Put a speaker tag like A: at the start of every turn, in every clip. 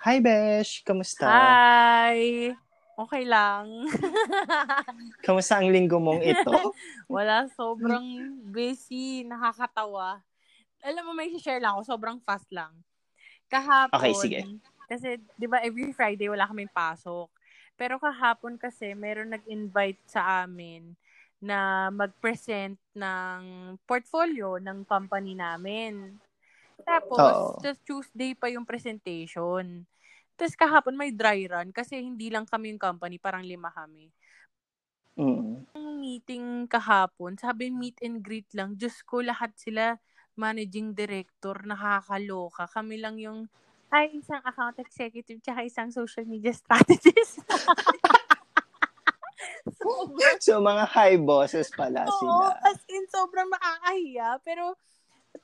A: Hi, Besh! Kamusta?
B: Hi! Okay lang.
A: Kamusta ang linggo mong ito?
B: Wala, sobrang busy, nakakatawa. Alam mo, may share lang ako, sobrang fast lang. Kahapon,
A: Okay, sige.
B: kasi di ba every Friday wala kaming pasok. Pero kahapon kasi meron nag-invite sa amin na mag-present ng portfolio ng company namin.
A: Oo.
B: Tapos, sa Tuesday pa yung presentation. Tapos kahapon may dry run kasi hindi lang kami yung company, parang lima kami
A: Mm.
B: yung meeting kahapon, sabi meet and greet lang. Diyos ko, lahat sila managing director, nakakaloka. Kami lang yung, ay, isang account executive, tsaka isang social media strategist. sobrang,
A: So, mga high bosses pala
B: oo,
A: sila.
B: as in, sobrang makakahiya. Pero,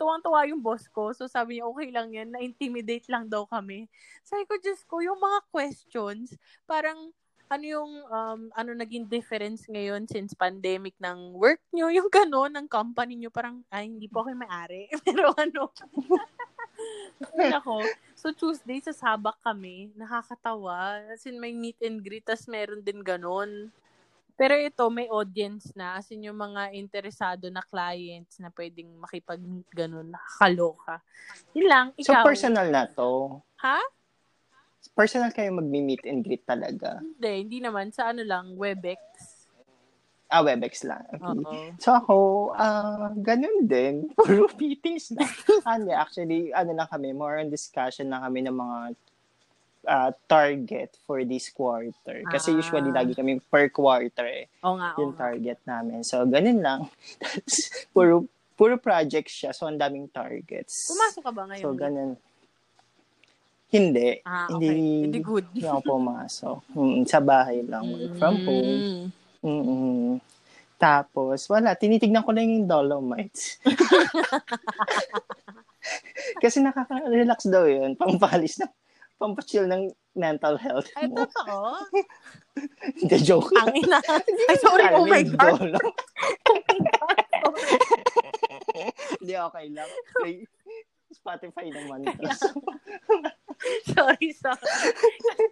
B: tuwang-tuwa yung boss ko. So, sabi niya, okay lang yan. Na-intimidate lang daw kami. Sabi ko, Diyos ko, yung mga questions, parang, ano yung, um, ano naging difference ngayon since pandemic ng work nyo, yung gano'n, ng company nyo, parang, ay, hindi po ako yung may-ari. Pero ano, yun ako. So, Tuesday, sa Sabak kami, nakakatawa. As in, may meet and greet, tas meron din gano'n. Pero ito, may audience na. As in, yung mga interesado na clients na pwedeng makipag-meet ganun. Nakakaloka. Yun lang,
A: So,
B: ikaw.
A: personal na to.
B: ha?
A: Personal kayo mag-meet and greet talaga.
B: Hindi, hindi naman. Sa ano lang, Webex.
A: Ah, Webex lang. Okay.
B: Oo.
A: So ako, ah, ganun din. Puro meetings na. Ano, actually, ano na kami, more on discussion na kami ng mga ah, target for this quarter. Kasi
B: Ah.
A: usually, lagi kami per quarter eh,
B: Oo nga, oo
A: yung
B: nga.
A: target namin. So, ganun lang. puro, puro project siya. So, ang daming targets.
B: Pumasok ka ba ngayon?
A: So, ganun. Hindi.
B: Ah, okay.
A: Hindi,
B: Hindi good.
A: hindi ako pumasok. Mm, sa bahay lang. Work from home.
B: Mm.
A: mm Tapos, wala, tinitignan ko lang yung Dolomites. Kasi nakaka-relax daw yun, pampalis na, pampachill ng mental health
B: Ay,
A: mo.
B: totoo.
A: Hindi, joke lang.
B: Ang ina. Ay, sorry.
A: Alam
B: Oh
A: mo
B: my
A: yung
B: God.
A: dolo. Hindi, okay lang. May Spotify naman to.
B: Sorry, sorry.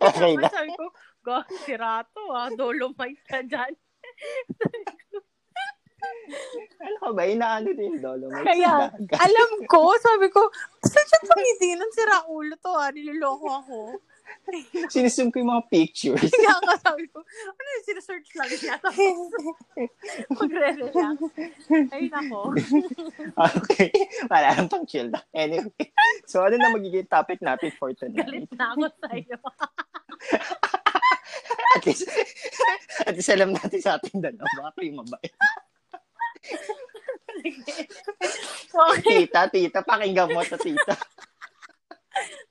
A: Okay
B: Naman,
A: lang.
B: Sabi ko, gosh, sirato ah. Dolomite ka dyan.
A: Ano ka ba, inaano din yung Dolomites.
B: Kaya,
A: Dagat.
B: alam ko, sabi ko, saan siya tumitingin? Ang sira ulo to ah. Niloloko ako.
A: Sinusum ko yung mga pictures.
B: Kaya nga sabi ko, ano yung sinesearch lang niya? Tapos, magre-relax. Ay, nako.
A: Okay. Wala lang pang chill lang. Anyway. So, ano na magiging topic natin for tonight?
B: Galit na ako sa'yo.
A: At least, at least alam natin sa ating dalawa. Ako yung mabait.
B: Sige. Okay,
A: Tita, tita, pakinggan mo to, tita.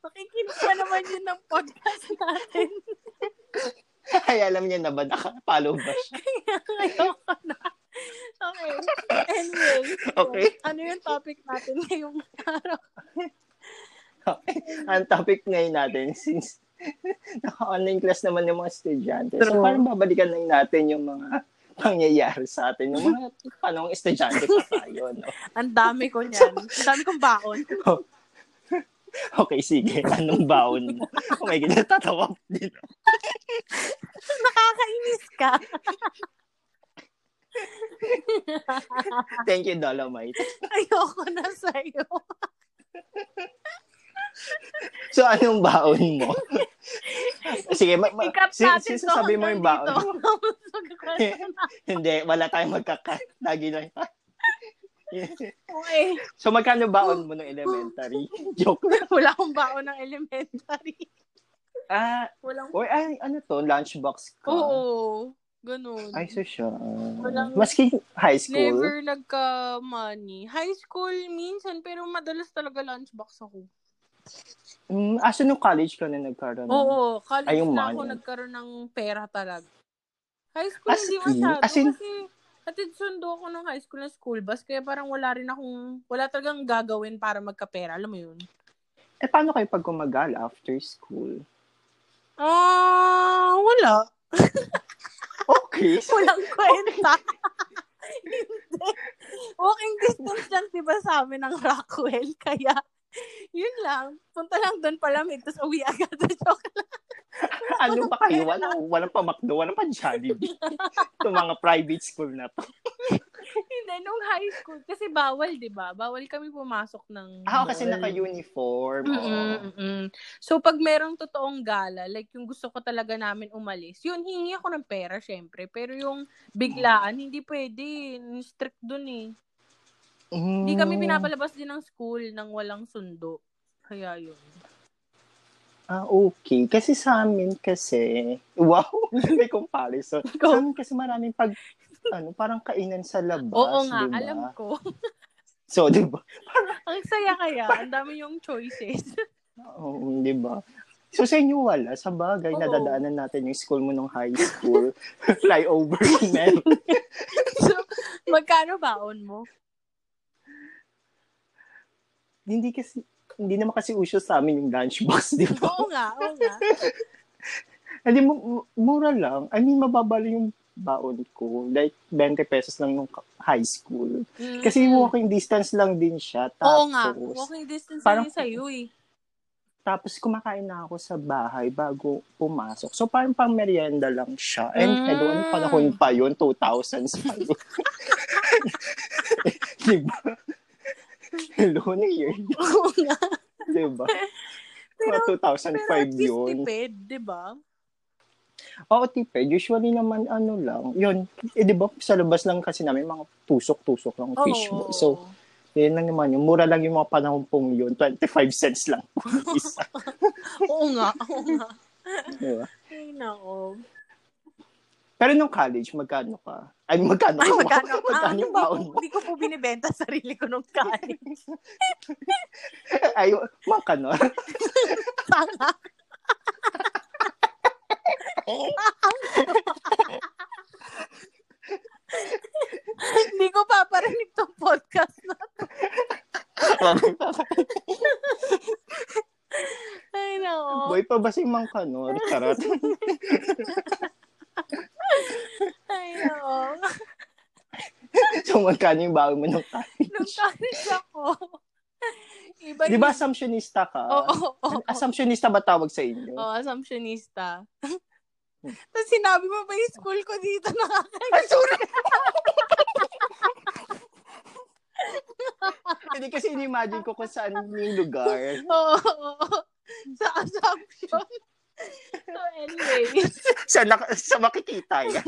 B: makikinig pa naman yun ng podcast natin.
A: Ay, alam niya na ba? Nakapalo ba siya?
B: Ayoko na. Okay. Anyway.
A: Okay.
B: Ano yung topic natin ngayong araw?
A: Okay. Ang topic ngayon natin, since naka-online class naman yung mga estudyante, so
B: True.
A: parang babalikan lang natin yung mga pangyayari sa atin, yung mga panong estudyante pa tayo, no?
B: Ang dami ko niyan. Ang dami kong baon.
A: Okay, sige. Anong baon mo? Oh my God, natatawa ko din.
B: Nakakainis ka.
A: Thank you, Dolomite.
B: Ayoko na sa'yo.
A: So, anong baon mo? Sige, ma- ma-
B: Ikap
A: si-
B: natin to
A: sinasabi mo yung
B: hanggang
A: baon Eh. mo.
B: dito. Magkakwento na.
A: Hindi, wala tayong magkaka. Lagi lang.
B: Okay.
A: so, magkano baon mo ng elementary? Joke lang.
B: Wala akong baon ng elementary.
A: Ah,
B: Walang...
A: or ay, ano to? Lunchbox ko.
B: Oo. Ganun.
A: Ay, so siya.
B: Walang-
A: Maski high school.
B: Never nagka-money. High school minsan, pero madalas talaga lunchbox ako.
A: Mm, ah, so nung college ka na nagkaroon.
B: Oo, college
A: Ano? Ay, yung
B: na ako
A: money.
B: nagkaroon ng pera talaga. High school
A: As
B: hindi
A: in?
B: masyado
A: As in-
B: kasi atid sundo ako ng high school na school bus kaya parang wala rin akong, wala talagang gagawin para magkapera. Alam mo yun?
A: Eh, paano kayo pag gumagal after school?
B: Ah, wala.
A: Okay. So,
B: Walang kwenta. Hindi. Walking distance lang diba sa amin ng Rockwell kaya Yun lang. Punta lang doon palamig, tapos uwi agad. Joke lang.
A: ano ba kayo? Walang, walang pa McDo, walang pa Jollibee. Itong mga private school na to.
B: Hindi, nung high school. Kasi bawal, di ba? Bawal kami pumasok ng...
A: Ah, kasi
B: bawal.
A: naka-uniform. oo.
B: Mm-mm, mm-mm. Mm, So, pag merong totoong gala, like yung gusto ko talaga namin umalis, yun, hingi ako ng pera, syempre. Pero yung biglaan, hindi pwede. Strict dun eh.
A: Mm.
B: Hindi kami pinapalabas din ng school nang walang sundo. Kaya yun.
A: Ah, okay. Kasi sa amin kasi, wow, may comparison. Sa amin kasi maraming pag, ano, parang kainan sa labas.
B: Oo nga,
A: diba?
B: alam ko.
A: So, di ba?
B: Ang saya kaya. Ang dami yung choices.
A: Oo, di ba? So, sa inyo wala. Sa bagay,
B: Oo.
A: nadadaanan natin yung school mo nung high school. Flyover, man.
B: so, magkano baon mo?
A: hindi kasi, hindi naman kasi usual sa amin yung lunchbox, di ba?
B: Oo nga, oo nga.
A: Hindi, mu- mura lang. I mean, mababa lang yung baon ko. Like, 20 pesos lang nung ka- high school. Kasi
B: Mm.
A: walking distance lang din siya. Tapos,
B: Oo nga, walking distance
A: Parang-
B: parang, din sa'yo eh.
A: Tapos kumakain na ako sa bahay bago pumasok. So parang pang merienda lang siya. And
B: Mm.
A: mm. ano, panahon pa yun, 2000s pa yun. diba? Hello, ano year?
B: Oo nga.
A: Diba? Mga
B: Pero, pero at
A: 2005
B: least
A: yun.
B: tipid, di ba?
A: Oo, tipid. Usually naman, ano lang, yun, eh, di ba, sa labas lang kasi namin, mga tusok-tusok lang
B: Oo.
A: fish ball. So, yun lang naman yun. Mura lang yung mga panahon pong yun. 25 cents lang po yung isa. Diba?
B: oo nga, oo nga.
A: Di ba?
B: Ay, nako.
A: Pero nung college, magkano ka? Ay, magkano
B: Ay,
A: ka?
B: magkano? Ah,
A: magkano
B: hindi,
A: yung baon
B: ko, hindi ko po binibenta sarili ko nung kain.
A: Ay, mga kanon.
B: Tanga. Hindi ko paparinig tong podcast na. Ay, nako.
A: Boy pa ba si Mang Kanor? Charot.
B: Ay, nako.
A: so, magkano yung baon mo nung college?
B: Nung college ako. Iba
A: Di ba
B: yung-
A: assumptionista ka?
B: Oo, oo, oo.
A: Assumptionista ba tawag sa inyo?
B: Oo, assumptionista.
A: Hmm.
B: Tapos sinabi mo ba yung school ko dito nakaka...
A: Ay, sorry! Hindi kasi in-imagine ko kung saan yung lugar.
B: Oo, oo, oo. Sa assumption. so, anyway.
A: Sa, na, sa makikita yan.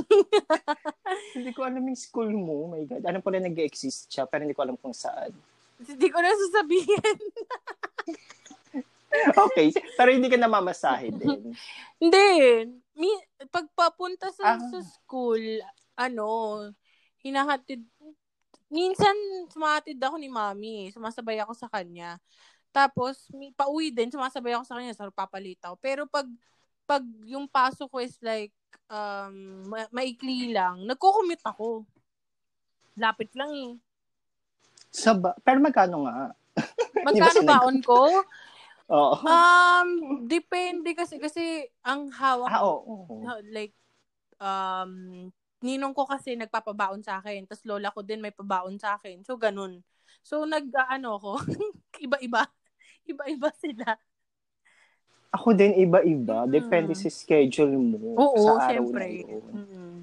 A: hindi ko alam yung school mo. Oh My God. Alam ko na nag-exist siya, pero hindi ko alam kung saan.
B: Hindi ko na sasabihin.
A: Okay. Pero hindi ka namamasahe din.
B: Hindi. Mi, pagpapunta
A: Ah.
B: sa, sa school, ano, hinahatid, minsan sumahatid ako ni mami. Sumasabay ako sa kanya. Tapos, mi, pauwi din, sumasabay ako sa kanya. So, papalit ako. Pero pag, pag yung pasok ko is like, um, ma- maikli lang, nagko-commute ako. Lapit lang eh.
A: Sa ba- pero magkano nga? Di ba
B: Magkano
A: sinag-
B: baon ko?
A: Oo.
B: Um, depende kasi, kasi ang hawak
A: Ah, oo.
B: No, like, um, ninong ko kasi nagpapabaon sa akin. Tapos lola ko din may pabaon sa akin. So, ganun. So, nag, ano ko, iba-iba. Iba-iba sila.
A: Ako din iba-iba.
B: Mm.
A: Depende sa schedule mo
B: Oo,
A: sa araw na
B: syempre.
A: yun.
B: Mm-mm.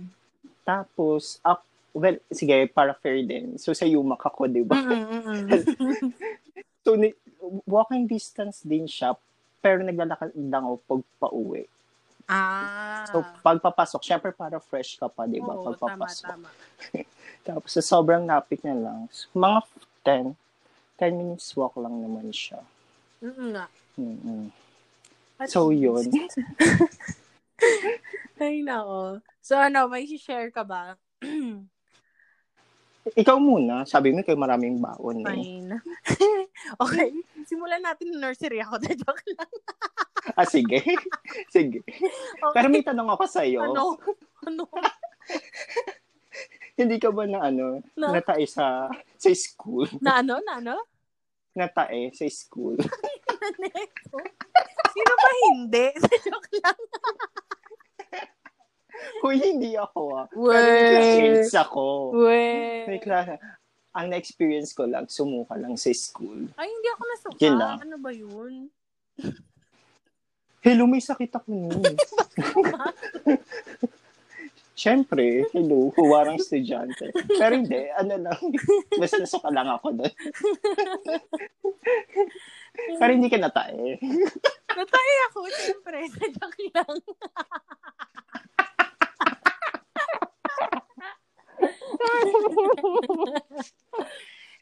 A: Tapos, ak- well, sige, para fair din. So, sa Yumak ako, di ba?
B: Mm-mm, mm-mm.
A: So, ni- walking distance din siya, pero naglalakad lang ako pag pauwi.
B: ah.
A: So, pagpapasok, syempre para fresh ka pa, di ba?
B: Oo, tama,
A: pagpapasok.
B: tama.
A: Tapos, sa sobrang lapit niya lang, mga 10, 10 minutes walk lang naman siya.
B: Mm-mm nga.
A: mm
B: At-
A: So, yun.
B: Ay, nako. So, ano, may share ka ba?
A: Ikaw muna, sabi mo kayo maraming baon eh.
B: Fine. okay. Simulan natin nursery ako. Joke lang.
A: Ah, sige. sige.
B: Okay.
A: Pero may tanong ako sa'yo.
B: Ano? Ano?
A: Hindi ka ba na ano,
B: Na?
A: natae sa sa school?
B: Na ano? Na ano?
A: Natae sa school?
B: Neko. Sino ba hindi? Joke lang.
A: Hoy, hindi ako ah. Pero may
B: Wait.
A: classmates ako.
B: Wait.
A: May class. ang na-experience ko lang, sumuka lang sa school.
B: Ay, hindi ako nasuka.
A: Yun lang.
B: Ano ba yun?
A: Hello, may sakit ako nun. Siyempre, hello, huwarang estudyante. Pero hindi, ano lang, mas nasuka lang ako doon. Pero hindi ka natae.
B: Natay ako, siyempre. Sadyak lang.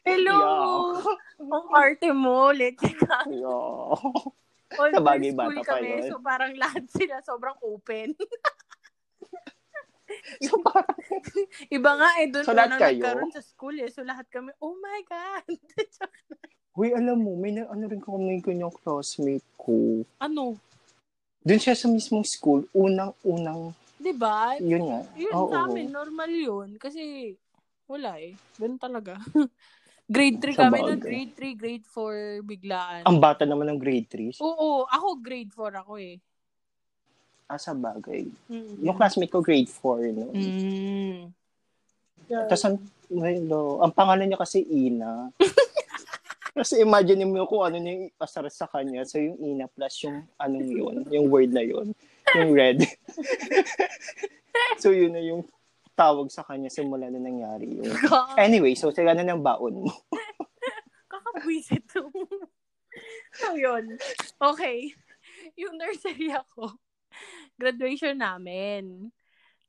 B: Hello! Ang arte mo, let's ka.
A: Yo.
B: All
A: Sabagay,
B: girls school
A: bata pa
B: kami,
A: yun.
B: so parang lahat sila sobrang open.
A: So, parang,
B: Iba nga eh, doon
A: So,
B: na
A: lahat kayo?
B: nagkaroon sa school eh. So lahat kami, oh my God!
A: Uy, alam mo, may na, ano rin kami yung classmate ko.
B: ano?
A: Doon siya sa mismong school, unang-unang,
B: Diba?
A: yun nga.
B: Yun
A: Oo.
B: sa amin, normal yun. Kasi, wala eh. Ganun talaga. grade
A: Sa
B: 3 kami nun.
A: bagay.
B: Grade 3, grade 4, biglaan.
A: Ang bata naman ng grade 3.
B: Oo, ako grade 4 ako eh.
A: Ah, sa bagay.
B: Mm.
A: Yung classmate ko, grade 4, no?
B: Mm.
A: Tapos ang, hello, ang pangalan niya kasi Ina. Kasi imagine mo kung ano na yung asar sa kanya. So yung Ina plus yung anong yun, yung word na yun, yung red. so yun na yung tawag sa kanya simula na nangyari yun.
B: Ka-
A: Anyway, so sila na ng baon mo.
B: Kakabwisit to. so, yun. Okay. Yung nursery ako, graduation namin.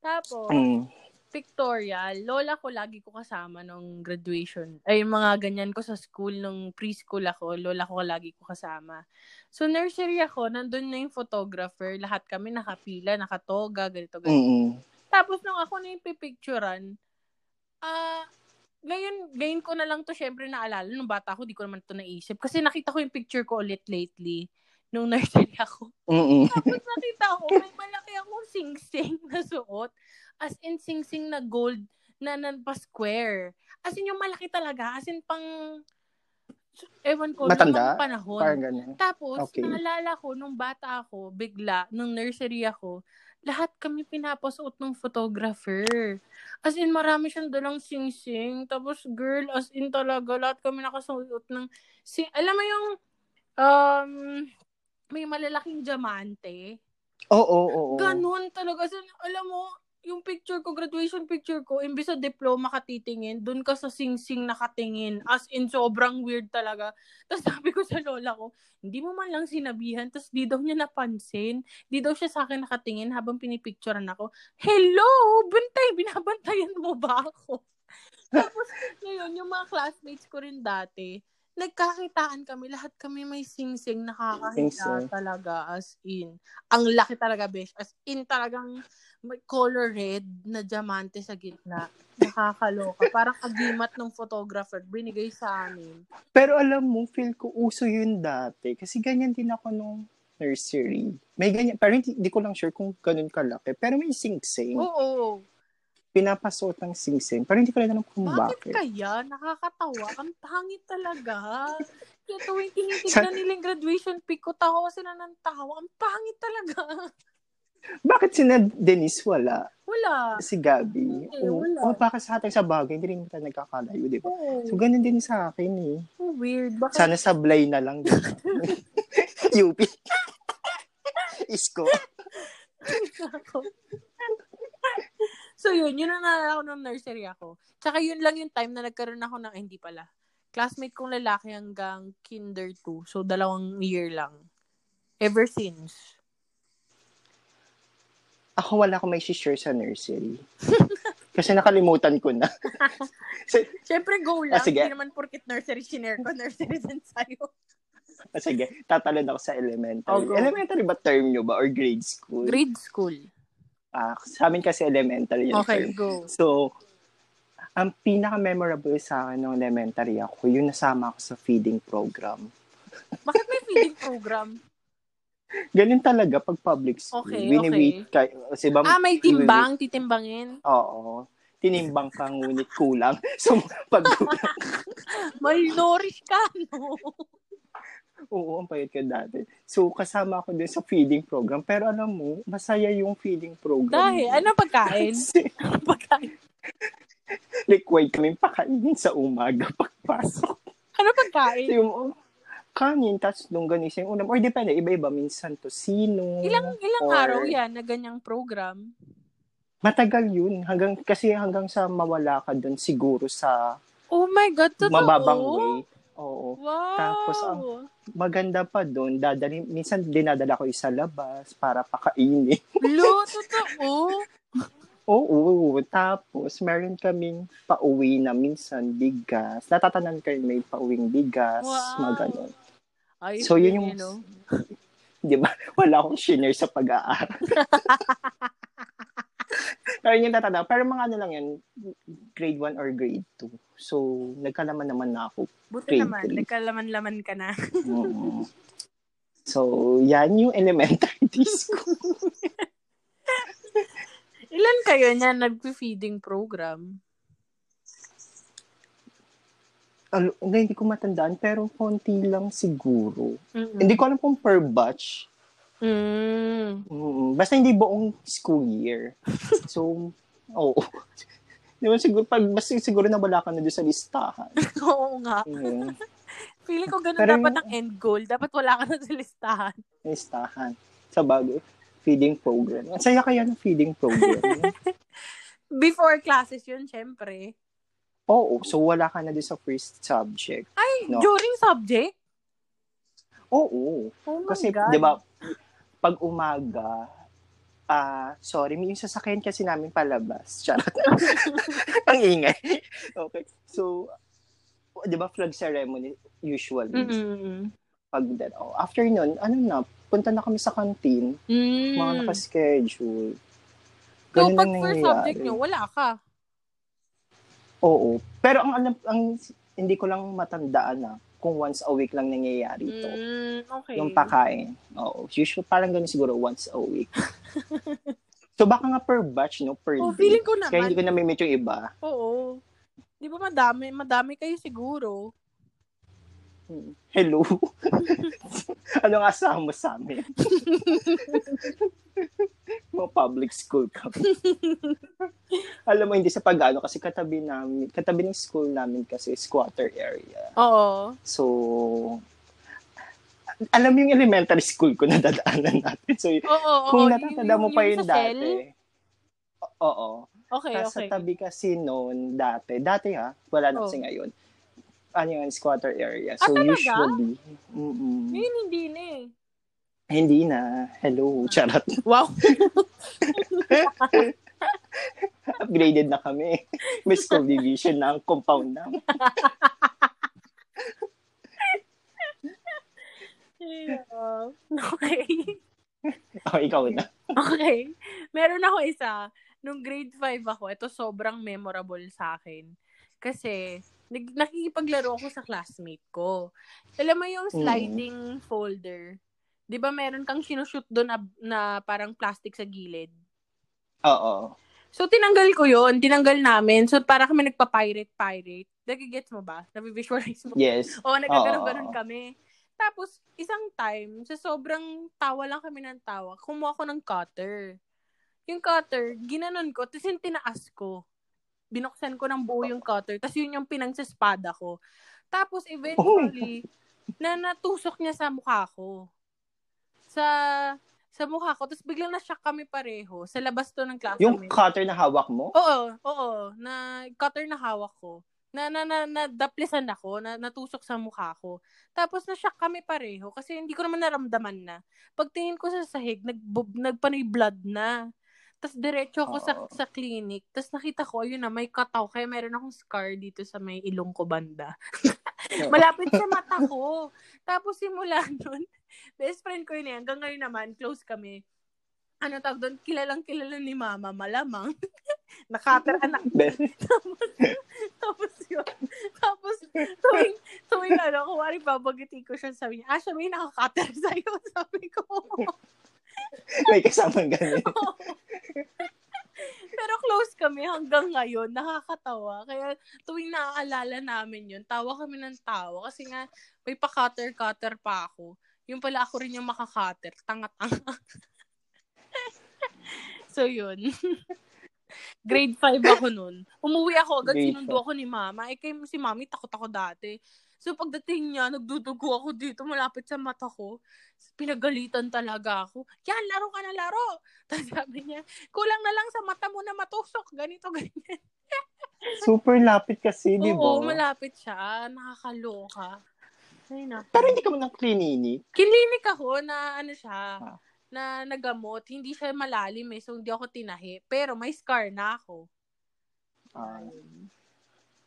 B: Tapos,
A: Mm.
B: pictorial, lola ko lagi ko kasama nung graduation. Ay, yung mga ganyan ko sa school, nung preschool ako, lola ko lagi ko kasama. So, nursery ako, nandun na yung photographer. Lahat kami nakapila, nakatoga, ganito, ganito.
A: Mm-mm.
B: Tapos, nung ako na yung pipicturan, ah, ngayon, ngayon ko na lang to syempre naalala. Nung bata ako, di ko naman to naisip. Kasi nakita ko yung picture ko ulit lately nung nursery ako.
A: Mm-mm.
B: Tapos nakita ko, may malaki akong sing-sing na suot. As in, sing-sing na gold na nanpa-square. As in, yung malaki talaga. As in, pang... Ewan ko,
A: Matanda?
B: nung mga panahon.
A: Parang ganun.
B: Tapos,
A: Okay.
B: naalala ko, nung bata ako, bigla, nung nursery ako, lahat kami pinapasuot ng photographer. As in, marami siyang dalang sing-sing. Tapos, girl, as in talaga, lahat kami nakasuot ng sing... Alam mo yung, um, may malalaking diamante.
A: Oo, oo, oo.
B: Ganun talaga. As in, alam mo, yung picture ko, graduation picture ko, imbis sa diploma katitingin, dun ka sa sing-sing nakatingin. As in, sobrang weird talaga. Tapos sabi ko sa lola ko, hindi mo man lang sinabihan, tapos di daw niya napansin. Di daw siya sa akin nakatingin habang pinipicturean ako. Hello! Bantay! Binabantayan mo ba ako? Tapos ngayon, yung mga classmates ko rin dati, nagkakitaan kami, lahat kami may sing-sing, nakakahita
A: Sing-sing.
B: talaga, as in. Ang laki talaga, besh. As in, talagang may color red na diamante sa gitna. Nakakaloka. Parang agimat ng photographer. Binigay sa amin.
A: Pero alam mo, feel ko uso yun dati. Kasi ganyan din ako nung nursery. May ganyan. Pero hindi, hindi ko lang sure kung ganun kalaki. Pero may sing-sing.
B: Oh. Oo.
A: Pinapasuot ng sing-sing. Pero hindi ko rin alam kung
B: Bakit
A: bakit.
B: kaya? Nakakatawa. Ang pangit talaga. Kaya tuwing tinitignan nila yung graduation pic ko, tawa sila ng tawa. Ang pangit talaga.
A: Bakit si na Denise wala?
B: Wala.
A: Si Gabi?
B: Hindi, wala. Oh.
A: O, baka sa atin sa bagay, hindi rin tayo nagkakalayo, di ba?
B: Oo.
A: So, ganun din sa akin eh.
B: Ang oh, weird. Bakit?
A: Sana sablay na lang. di ba? UP. Isko.
B: ako? so yun, yun ang naalala ko nung nursery ako. Tsaka yun lang yung time na nagkaroon ako ng, ay, hindi pala. Classmate kong lalaki hanggang kinder 2. So, dalawang year lang. Ever since.
A: Ako wala akong may share sa nursery. Kasi nakalimutan ko na. so,
B: Siyempre, go lang.
A: Ah, sige.
B: Hindi naman porkit nursery, shinare ko, nursery din sa'yo.
A: Ah, sige, tatalon ako sa elementary.
B: Oh, go.
A: Elementary ba term nyo ba? Or grade school?
B: Grade school.
A: Ah, sa amin kasi elementary yung term.
B: Okay, go.
A: So, ang pinaka-memorable sa akin nung elementary ako, yung nasama ako sa feeding program.
B: Bakit may feeding program?
A: Ganun talaga pag public school.
B: Okay,
A: Wini-wait Ka, kasi ba,
B: Ah, may timbang, titimbangin.
A: Oo. Tinimbang ka ngunit kulang. So, pag
B: Malnourished ka, no?
A: Oo, ang payat ka dati. So, kasama ako din sa feeding program. Pero alam mo, masaya yung feeding program.
B: Dahil, ano pagkain?
A: Kasi-
B: Anong pagkain?
A: required kami pakainin sa umaga pagpasok.
B: Ano
A: So,
B: pagkain?
A: yung oh, kanin, tas longganisa yung unam. Or depende, iba-iba. Minsan to sino.
B: Ilang ilang
A: or-
B: araw yan na ganyang program?
A: Matagal yun. Hanggang, kasi hanggang sa mawala ka dun siguro sa
B: Oh my God, totoo?
A: mababang way. Oo.
B: Wow.
A: Tapos ah. ang- Maganda pa dun. Dadali, minsan dinadala ko isa labas para pakainin.
B: Lo, totoo?
A: Oo. Tapos meron kaming pauwi na minsan bigas. Natatanan kayo may pauwing bigas.
B: Wow.
A: Mga ganun.
B: Ay,
A: So, yun yung-
B: yun yun, oh.
A: Di ba? Wala akong shinare sa pag-aaral. Pero yun yung tatanda. Pero mga ano lang yan, grade 1 or grade 2. So, nagkalaman naman na ako.
B: Buti naman,
A: Painful.
B: nagkalaman-laman ka na.
A: Oo. so, yan yung elementary disco.
B: Ilan kayo niya nag-feeding program?
A: Al- hindi hindi ko matandaan, pero konti lang siguro.
B: Mm-mm.
A: Hindi ko alam kung per batch.
B: Mm.
A: Mm, basta hindi buong school year. So, oo. Di ba siguro, pag, basta siguro nawala ka na doon sa listahan.
B: Oo nga.
A: Mm.
B: Feeling ko ganun
A: Pero
B: dapat
A: yung-
B: ang end goal. Dapat wala ka na sa listahan.
A: listahan sa bago feeding program. Ang saya kaya ng feeding program.
B: Before classes yun, syempre.
A: Oo, so wala ka na din sa first subject.
B: Ay,
A: No.
B: during subject?
A: Oo,
B: Oh my
A: kasi
B: God.
A: 'di ba pag umaga ah sorry, may yung sasakyan kasi namin palabas. Charot. Ang ingay. Okay. So 'di ba flag ceremony usually
B: Mm-mm.
A: pag oh, after nun, ano na, punta na kami sa canteen,
B: Mm.
A: mga naka-schedule.
B: So,
A: Ganun
B: pag
A: ang
B: first
A: nangyayari.
B: subject nyo, wala ka.
A: Oo. Pero ang alam, ang hindi ko lang matandaan na kung once a week lang nangyayari ito.
B: Mm, okay.
A: Yung pakain. Oo. Usually, parang ganun siguro once a week. so, baka nga per batch, no? Per
B: Oh,
A: day.
B: feeling ko
A: Kaya hindi ko
B: naman.
A: namimit yung iba.
B: Oo. Di ba madami? Madami kayo siguro.
A: Hello? ano nga asama mo sa amin? Mga public school kami. Alam mo, hindi sa pag-ano kasi katabi namin, katabi ng school namin kasi squatter area.
B: Oo.
A: So, alam mo yung elementary school ko na dadaanan natin. So,
B: Oo, oo.
A: kung
B: Yung-
A: natatanda mo pa Oh, yun
B: sa cell?
A: dati. o- Oo.
B: Okay,
A: Tapos
B: okay.
A: sa tabi kasi noon, dati. Dati ha, wala na
B: Oh.
A: kasi ngayon. Ano yun, squatter area.
B: Ah,
A: So,
B: talaga?
A: usually, mm
B: Ngayon, hindi na eh.
A: hindi na. Hello, charot.
B: Wow.
A: Upgraded na kami. May school division na ang compound na.
B: okay.
A: Oh, ikaw na.
B: Okay. Meron ako isa. Nung grade 5 ako, ito sobrang memorable sa akin. Kasi, nag- nakikipaglaro ako sa classmate ko. Alam mo yung sliding folder. Di ba meron kang sinushoot doon na, na parang plastic sa gilid?
A: Oo.
B: So, tinanggal ko yon Tinanggal namin. So, para kami nagpa-pirate-pirate. Nagigets mo ba? Nabivisualize mo?
A: Yes.
B: Oo, nagkaganon-ganon
A: Oo.
B: kami. Tapos, isang time, sa sobrang tawa lang kami ng tawa, kumuha ko ng cutter. Yung cutter, ginanon ko, tapos yung tinaas ko. Binuksan ko ng buo yung cutter, tapos yun yung pinagsaspada ko. Tapos,
A: Oh.
B: eventually, na natusok niya sa mukha ko. Sa sa mukha ko. Tapos biglang na-shock kami pareho. Sa labas to ng classroom.
A: Yung cutter na hawak mo?
B: Oo, oo, na cutter na hawak ko. Na na na, na daplisan ako, na natusok sa mukha ko. Tapos na-shock kami pareho kasi hindi ko naman naramdaman na. Pagtingin ko sa sahig, nagbob, nagpanoy blood na. Tapos diretso ako sa
A: Oo.
B: sa clinic. Tapos nakita ko, ayun na, may kataw. Kaya meron akong scar dito sa may ilong ko banda. Malapit sa mata ko. Tapos simula nun, best friend ko yun eh. Hanggang ngayon naman, close kami. Ano tawag doon? Kilalang kilala ni mama, malamang. Nakater, anak
A: Best.
B: tapos yun. Tapos, tuwing, tuwing ano, kuwari babagiti ko siya, sabi niya, ah, siya may nakakater sa'yo. Sabi ko,
A: May kasamang ganun.
B: pero close kami hanggang ngayon, nakakatawa. Kaya tuwing naaalala namin yun, tawa kami ng tawa. Kasi nga, may pa-cutter-cutter pa ako. Yung pala ako rin yung makakater. Tanga-tanga. so, yun. Grade 5 ako nun. Umuwi ako agad,
A: Grade
B: sinundo ako ni mama. Eh, kay, si mami takot ako dati. So, pagdating niya, nagdudugo ako dito, malapit sa mata ko. Pinagalitan talaga ako. Yan, laro ka na laro! Tapos sabi niya, kulang na lang sa mata mo na matusok. Ganito, ganyan.
A: Super lapit kasi, di ba?
B: Oo, malapit siya. Nakakaloka. Ay, nako.
A: Pero hindi ka man ng klinini.
B: Kilinik ako na ano siya,
A: Ah.
B: na nagamot. Hindi siya malalim eh, so hindi ako tinahi. Pero may scar na ako.
A: Ah,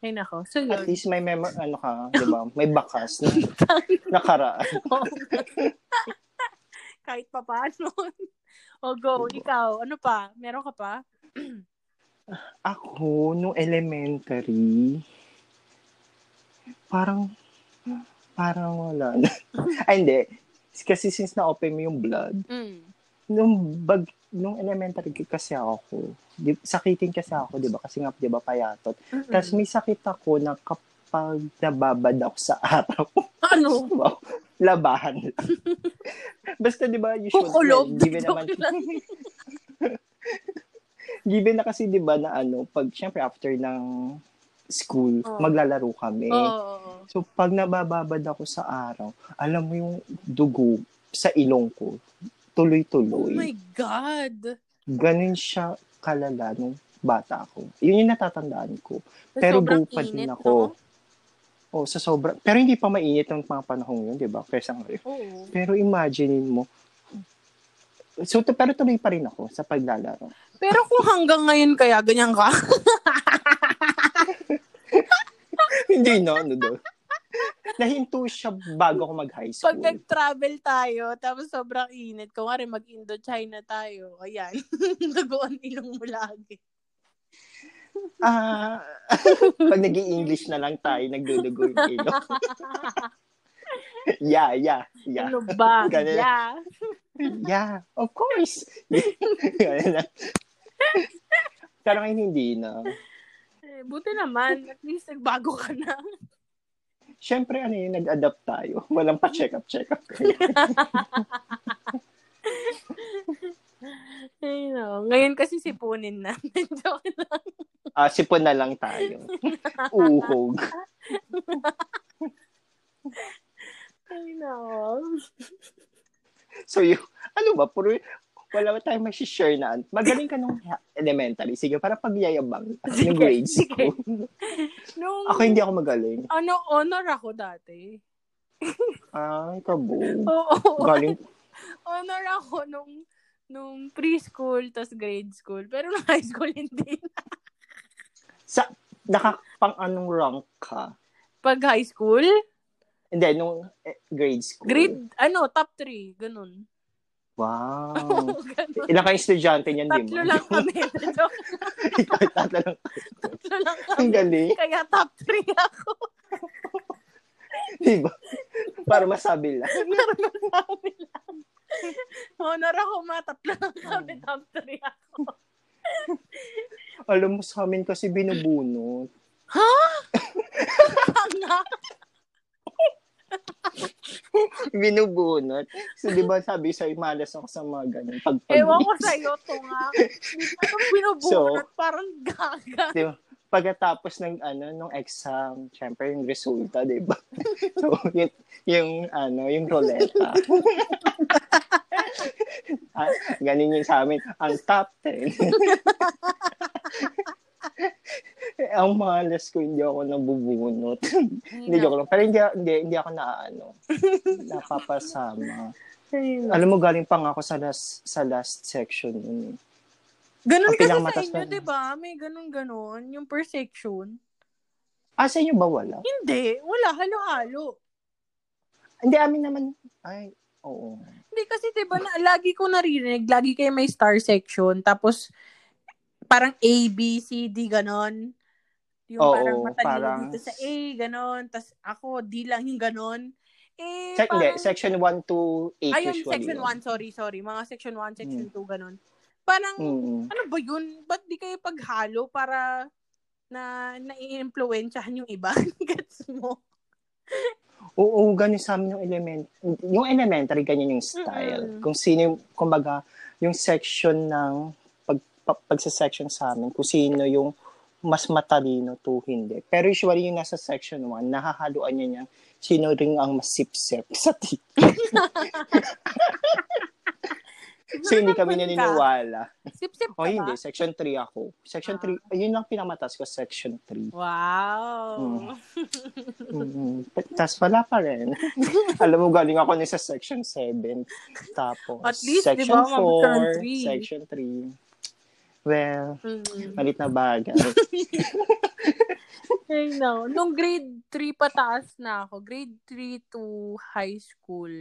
B: Ay nako. So
A: at
B: yun.
A: least may memo, ano ka, di ba? May bakas na nakaraan.
B: Kahit pa paano. o go, ikaw. Ano pa? Meron ka pa?
A: Ako, nung elementary, parang, parang wala na. Ay, hindi. Kasi since na-open mo yung blood,
B: Mm.
A: nung bag, nung elementary kasi ako, di, sakitin kasi ako, di ba? Kasi nga, di ba, payatot. Tapos
B: Mm.
A: may sakit ako na kapag nababad ako sa araw,
B: ano?
A: wow, labahan lang. Basta, di ba, usually,
B: Kukulob.
A: given
B: Joke
A: naman,
B: lang.
A: given na kasi 'di ba na ano, pag syempre after ng school,
B: Oo.
A: maglalaro kami.
B: Oo, oo, oo.
A: So pag nabababad ako sa araw, alam mo yung dugo sa ilong ko,
B: Oh
A: tuloy-tuloy.
B: my God.
A: Ganun siya kalala nung bata ko. Yun yung natatandaan ko.
B: So,
A: Pero
B: sobrang
A: go pa din
B: init,
A: ako. O
B: No?
A: sa sobra, pero hindi pa mainit ng mga panahon yun, 'di ba? Kaysa ngayon.
B: Oo.
A: Pero imaginein mo. So t- pero tuloy pa rin ako sa paglalaro.
B: Pero kung hanggang ngayon kaya ganyan ka?
A: hindi no, ano daw. Nahinto siya bago ako mag-high
B: Pag
A: school.
B: nag-travel tayo, tapos sobrang init, kung nga mag-Indochina tayo, ayan, dugoon ilong mo lagi.
A: Ah, pag nag english na lang tayo, nagdudugo yung ilong. yeah, yeah, yeah.
B: Ano ba?
A: Ganun.
B: Yeah.
A: Yeah, of course. Ganun lang. Pero ngayon hindi na.
B: Eh, Buti naman, at least nagbago ka na.
A: Siyempre, ano yun, nag-adapt tayo. Walang pa-check up, check up.
B: Ayun, oh. Ngayon kasi sipunin na. Joke lang.
A: Ah, sipon na lang tayo. Uhog.
B: Ayun, oh.
A: So, yung, ano ba, puro, wala ba tayong share na. Magaling ka nung elementary. Sige, para pagyayabang.
B: Sige,
A: Yung grades
B: sige.
A: ko.
B: Nung,
A: Ako hindi ako magaling.
B: ano, honor ako dati.
A: Ah, kabo.
B: Oo,
A: Galing.
B: honor ako nung nung preschool tas grade school. Pero nung high school, hindi.
A: Sa, nakapang anong rank ka?
B: Pag high school,
A: Hindi, nung eh, grade school.
B: grade, ano, top 3, ganun.
A: Wow.
B: ganun.
A: Ilang kayong estudyante niyan, di
B: Tatlo
A: ba?
B: lang kami. Joke,
A: Ikaw, tatlo lang.
B: Tatlo lang
A: Ang
B: kami.
A: galing,
B: Kaya top 3 ako.
A: di ba? Para masabi lang.
B: Meron na sabi lang. Honor ako, ma. Tatlo lang kami.
A: Hmm.
B: Top 3 ako.
A: Alam mo sa amin kasi binubunot.
B: Hanga.
A: Binubunot. So, di ba sabi sa'yo, malas ako sa mga ganun. Pag
B: Ewan ko sa'yo, tunga. Anong binubunot? parang gaga.
A: Di ba? Pagkatapos ng ano nung exam, syempre yung resulta, 'di ba? so, yung, yung ano, yung roleta. ah, ganun yung sa amin, ang top 10. Eh, ang malas ko, hindi ako nabubunot. hindi joke lang. Pero hindi, hindi, hindi ako na ano, napapasama. Alam mo, galing pa nga ako sa last, sa last section yun eh. Ang
B: Ganun kasi sa
A: pinakamatas
B: inyo,
A: na-
B: di ba? May ganun-ganun. Yung per section.
A: Ah, sa inyo ba wala?
B: Hindi. Wala. Halo-halo.
A: Hindi, amin naman. Ay, oo.
B: Hindi kasi, di ba, na, lagi ko naririnig. Lagi kayo may star section. Tapos, parang A, B, C, D, ganon. Yung
A: Oo,
B: parang matalino
A: parang-
B: dito sa A, ganon. Tapos ako, D lang yung ganon. Eh,
A: Sec- hindi,
B: parang...
A: section 1 to 8
B: Ayun,
A: usually. oh. Hmm.
B: section 1. Sorry, sorry. Mga section 1, section 2, ganon. Parang,
A: Mm-mm.
B: ano ba yun? Ba't di kayo paghalo para na nai-influensyahan yung iba? Gets mo?
A: Oo, ganun sa amin yung element. Yung elementary, ganyan yung style.
B: Mm-mm.
A: Kung sino yung, kumbaga, yung section ng pag, pa- pagsa-section sa amin kung sino yung mas matalino to hindi. Pero usually yung nasa section 1, nahahaluan niya niya sino ring ang mas sip-sip sa teacher. so hindi kami
B: Nakapunta.
A: naniniwala.
B: Sip-sip ka
A: O
B: ba?
A: hindi, section 3 ako.
B: Ah.
A: Section 3, yun lang pinamatas ko, section 3.
B: Wow.
A: Mm. mm Tapos wala pa rin. Alam mo, galing ako niya sa section 7. Tapos,
B: At least, di
A: section
B: ba, umabot ka ng
A: 4,
B: three.
A: section 3. Well,
B: Mm.
A: malit na bagay.
B: I know. Nung grade 3 pataas na ako, grade 3 to high school,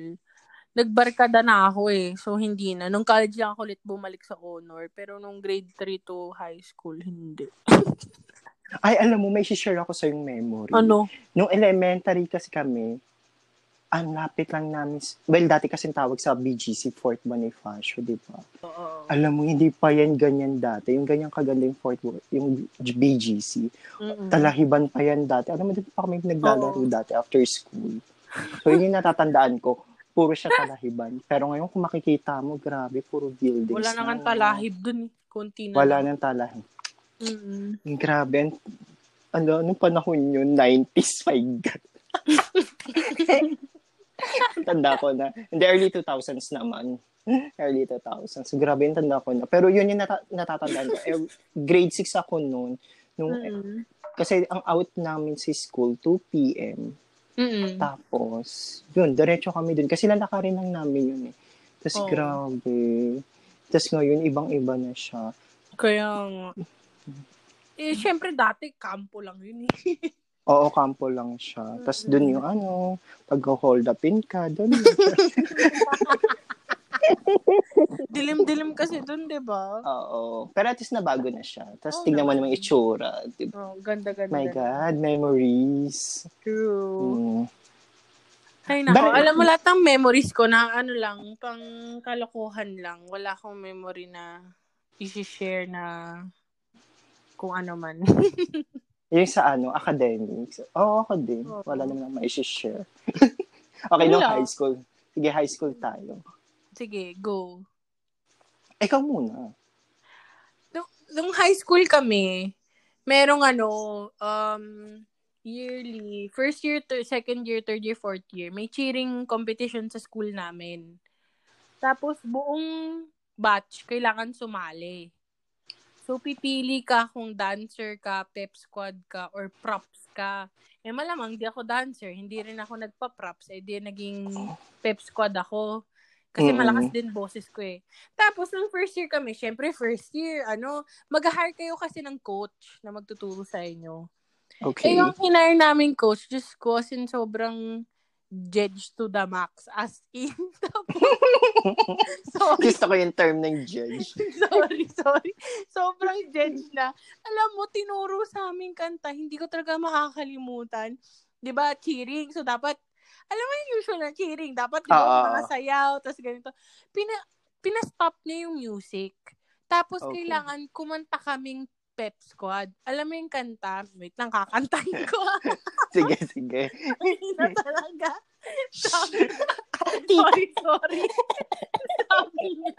B: nagbarkada na ako eh. So, hindi na. Nung college lang ako ulit bumalik sa honor. Pero nung grade 3 to high school, hindi.
A: Ay, alam mo, may share ako sa yung memory.
B: Ano?
A: Nung elementary kasi kami, ang lapit lang namin. s- Well, dati kasi tawag sa BGC, Fort Bonifacio, di ba?
B: Oo.
A: Alam mo, hindi pa yan ganyan dati. Yung ganyan kaganda yung Fort, Bo- yung BGC.
B: Mm-mm.
A: talahiban pa yan dati. Alam mo, di ba pa kami naglalaro
B: Oo.
A: dati after school? So, yun yung natatandaan ko. Puro siya talahiban. Pero ngayon, kung makikita mo, grabe, puro buildings.
B: Wala naman talahib dun eh. Kunti na.
A: Wala nang talahib.
B: Mm-mm.
A: Grabe. ang- Ano, anong panahon yun? 90s, my God. tanda ko na. In the early 2000s naman. Early 2000s. Grabe, yung tanda ko na. Pero yun yung nata- natatandaan ko. Eh, Grade 6 ako noon. Nung
B: Mm-mm.
A: kasi ang out namin si school 2 p.m.
B: Mm-mm.
A: Tapos, yun, diretso kami dun. Kasi lalakarin lang namin yun eh. Tapos,
B: Oo.
A: grabe. Tapos ngayon, ibang-iba na siya.
B: Kaya nga. Eh, syempre dati, kampo lang yun eh.
A: Oo, kampo lang siya. Tapos
B: Mm-mm.
A: dun yung ano, pag-hold upin ka, dun.
B: Dilim-dilim kasi dun, di ba?
A: Oo. Pero at least nabago na siya. Tapos
B: Oo
A: tignan mo naman
B: naman.
A: yung itsura. Diba?
B: Oh, ganda-ganda.
A: My God, memories. Mm.
B: True. Ay, nako.
A: Dahil-
B: Alam mo, lahat ng memories ko na ano lang, pang kalokohan lang. Wala akong memory na isi-share na kung ano man.
A: Yung sa ano, academics. Oo, ako din.
B: Oo.
A: Wala naman akong maisishare. okay, nung
B: Wala.
A: high school. Sige, high school tayo.
B: Sige, go.
A: Ikaw muna.
B: Nung, nung high school kami, merong ano, um, yearly, first year, thir- second year, third year, fourth year, may cheering competition sa school namin. Tapos, buong batch, kailangan sumali. So, pipili ka kung dancer ka, pep squad ka, or props ka. Eh, malamang, di ako dancer. Hindi rin ako nagpa-props. Eh, di naging pep squad ako. Kasi
A: Mm-mm.
B: malakas din boses ko eh. Tapos, nung first year kami, syempre first year, ano, mag-hire kayo kasi ng coach na magtuturo sa inyo.
A: Okay.
B: Eh, yung hinire namin coach, just ko, as in, sobrang judge to the max. As in, tapos, sorry,
A: Gusto ko yung term ng judge.
B: sorry, sorry. Sobrang judge na. Alam mo, tinuro sa aming kanta, hindi ko talaga makakalimutan. 'Di ba cheering. So, dapat, alam mo yung usual na cheering. Dapat, di ba,
A: Oo.
B: mga sayaw, tapos ganito. Pina, pinastop niya yung music. Tapos,
A: Okay.
B: kailangan kumanta kaming pep squad. Alam mo yung kanta? Wait lang, kakantahin ko.
A: Sige, sige.
B: Hindi na talaga. Sabi, sorry, sorry. Sabi niya.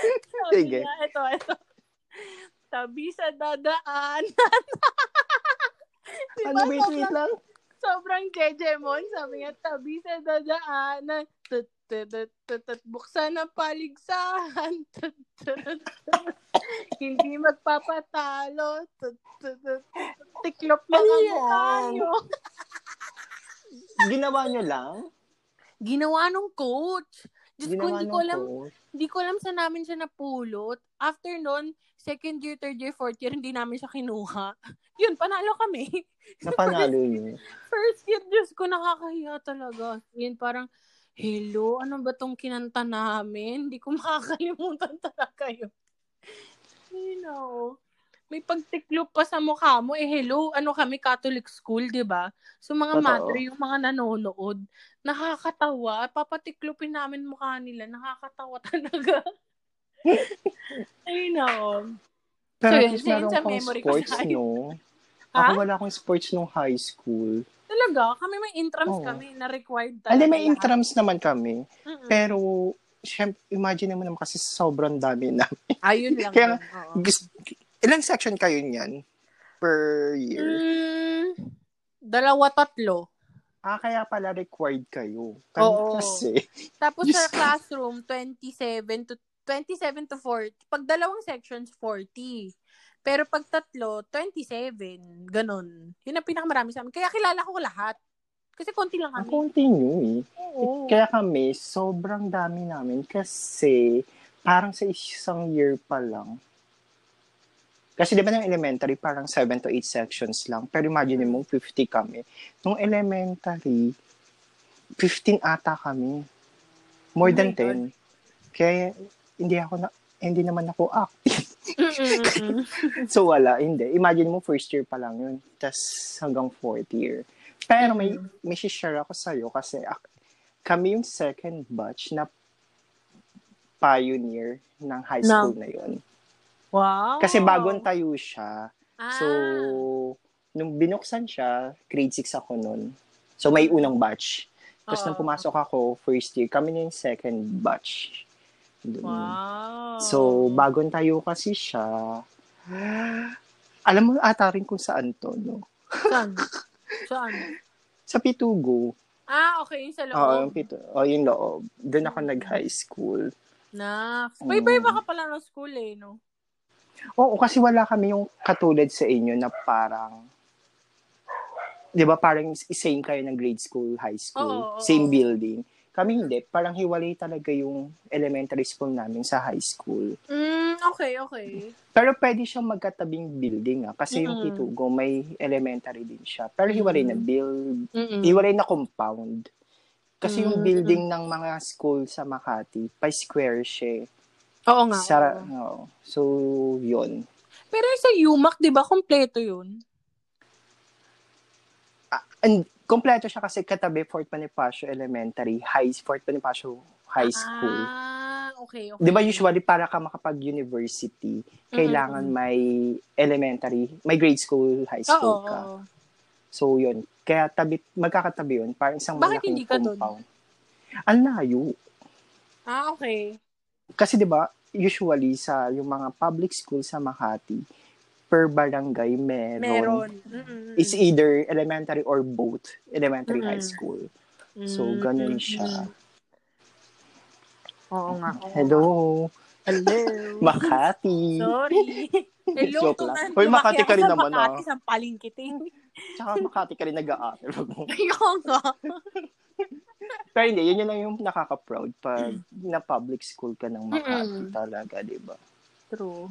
B: Sabi
A: Sige.
B: niya, ito, ito. Sabi sa dadaan. Di
A: Ano
B: ba,
A: ba
B: sobrang-
A: tweet lang?
B: sobrang jejemon. Sabi niya, tabi sa dadaanan. Tut, tut, tut, tut, tut. Buksan ang paligsahan. Tut, tut, tut, tut. Hindi magpapatalo. Tut, tut, tut, tut. Tiklop lang
A: Ano
B: ang
A: yan?
B: mukha niyo.
A: Ginawa nyo lang?
B: Ginawa nung coach. Diyos ko,
A: Ginawa
B: hindi
A: ng
B: ko alam,
A: coach.
B: hindi ko alam sa namin siya napulot. After nun, second year, third year, fourth year, hindi namin siya kinuha. Yun, panalo kami.
A: Napanalo nyo.
B: First year, Diyos ko, nakakahiya talaga. Yun, parang, hello, ano ba tong kinanta namin? Hindi ko makakalimutan talaga yun. You know, may pagtiklop pa sa mukha mo. Eh, hello, ano kami, Catholic school, di ba? So, mga
A: Totoo.
B: mother, yung mga nanonood, nakakatawa. Papatiklopin namin mukha nila. Nakakatawa talaga. I know.
A: Pero
B: So,
A: at
B: yun,
A: least
B: yun
A: meron
B: sa
A: kang
B: memory ko sa
A: sports,
B: high-
A: no?
B: Ha?
A: Ako wala akong sports nung high school.
B: Talaga, kami may intrams
A: Oo.
B: kami na required talaga.
A: Hindi, may
B: lahat. Hmm.
A: intrams naman kami.
B: Mm-mm.
A: Pero syempre, imagine mo naman kasi sobrang dami na.
B: Ayun lang.
A: Kaya-
B: yun, oo.
A: Gus- Ilang section kayo niyan per year?
B: Mm, dalawa, tatlo.
A: Ah, kaya pala required kayo. Kami
B: Oo.
A: kasi.
B: Tapos
A: Yes.
B: sa classroom, 27 to 27 to 40. Pag dalawang sections, 40. Pero pag tatlo, 27. Ganon. Yun ang pinakamarami sa amin. Kaya kilala ko lahat. Kasi konti lang
A: Ang
B: kami.
A: konti nyo eh.
B: Oo.
A: Kaya kami, sobrang dami namin kasi parang sa isang year pa lang. Kasi di ba ng elementary, parang 7 to 8 sections lang. Pero imagine mo, 50 kami. Nung elementary, 15 ata kami. More
B: Oh
A: than
B: my God.
A: 10. Kaya hindi ako na, hindi naman ako ah, active.
B: Mm-mm-mm.
A: So wala, hindi. Imagine mo, first year pa lang yun. Tapos hanggang fourth year. Pero may, may share ako sa'yo kasi ak- kami yung second batch na pioneer ng high school na yun.
B: Wow.
A: Kasi bagong tayo siya. So,
B: Oh. Ah.
A: nung binuksan siya, grade 6 ako nun. So, may unang batch. Tapos nung
B: Oo.
A: pumasok ako, first year, kami na yung second batch. Dun.
B: Wow.
A: So, bagong tayo kasi siya. Alam mo ata rin kung saan to, no?
B: Saan? Saan?
A: Sa Pitugo.
B: Ah, okay. Yung sa
A: Oo, oh, yung
B: loob. Mm.
A: Pitu- oh, yung loob. Doon ako nag-high school.
B: na. Bay, bay, baka pala ng school eh, no?
A: Oo, kasi wala kami yung katulad sa inyo na parang, di ba parang is- same kayo ng grade school, high school,
B: Oo, oo,
A: same
B: oo.
A: building. Kami hindi, parang hiwalay talaga yung elementary school namin sa high school.
B: Mm, okay, okay.
A: Pero pwede siyang magkatabing building ah, kasi yung
B: Mm.
A: Pitugo may elementary din siya. Pero hiwalay na build,
B: Mm-mm.
A: hiwalay na compound. Kasi yung
B: Mm.
A: building ng mga school sa Makati, pa square siya. eh.
B: Oo nga.
A: Sa,
B: Ah,
A: oo.
B: oo.
A: So, yun.
B: Pero yung sa UMAC, di ba, kompleto yun?
A: And kompleto siya kasi katabi Fort Bonifacio Elementary, High Fort Bonifacio High School.
B: Ah, okay, Mm-hmm. okay.
A: 'Di ba usually para ka makapag-university, kailangan may elementary, may grade school, high
B: Ah, Oo,
A: school ka.
B: oo.
A: So 'yun. Kaya tabi magkakatabi 'yun, parang isang
B: Bakit
A: malaking
B: hindi ka dun?
A: compound. Ang layo.
B: Ah, okay.
A: Kasi 'di ba usually sa yung mga public school sa Makati, per barangay meron.
B: Meron. Mm-mm.
A: It's either elementary or both, elementary high
B: Mm.
A: school. So
B: Mm-hmm.
A: ganun siya.
B: Oo nga.
A: Hello.
B: Hello.
A: Makati.
B: Sorry. Hello
A: Joke
B: to
A: lang.
B: na.
A: Hoy, Makati ka rin
B: Lumaki ako
A: naman,
B: sa Makati
A: ah.
B: sa palingkit eh.
A: Tsaka Makati ka rin nag-a-aaral.
B: Ayoko nga.
A: Pero hindi, yun yun lang yung nakaka-proud pag na public school ka ng Makati
B: Mm. Mm-mm.
A: talaga, di ba?
B: True.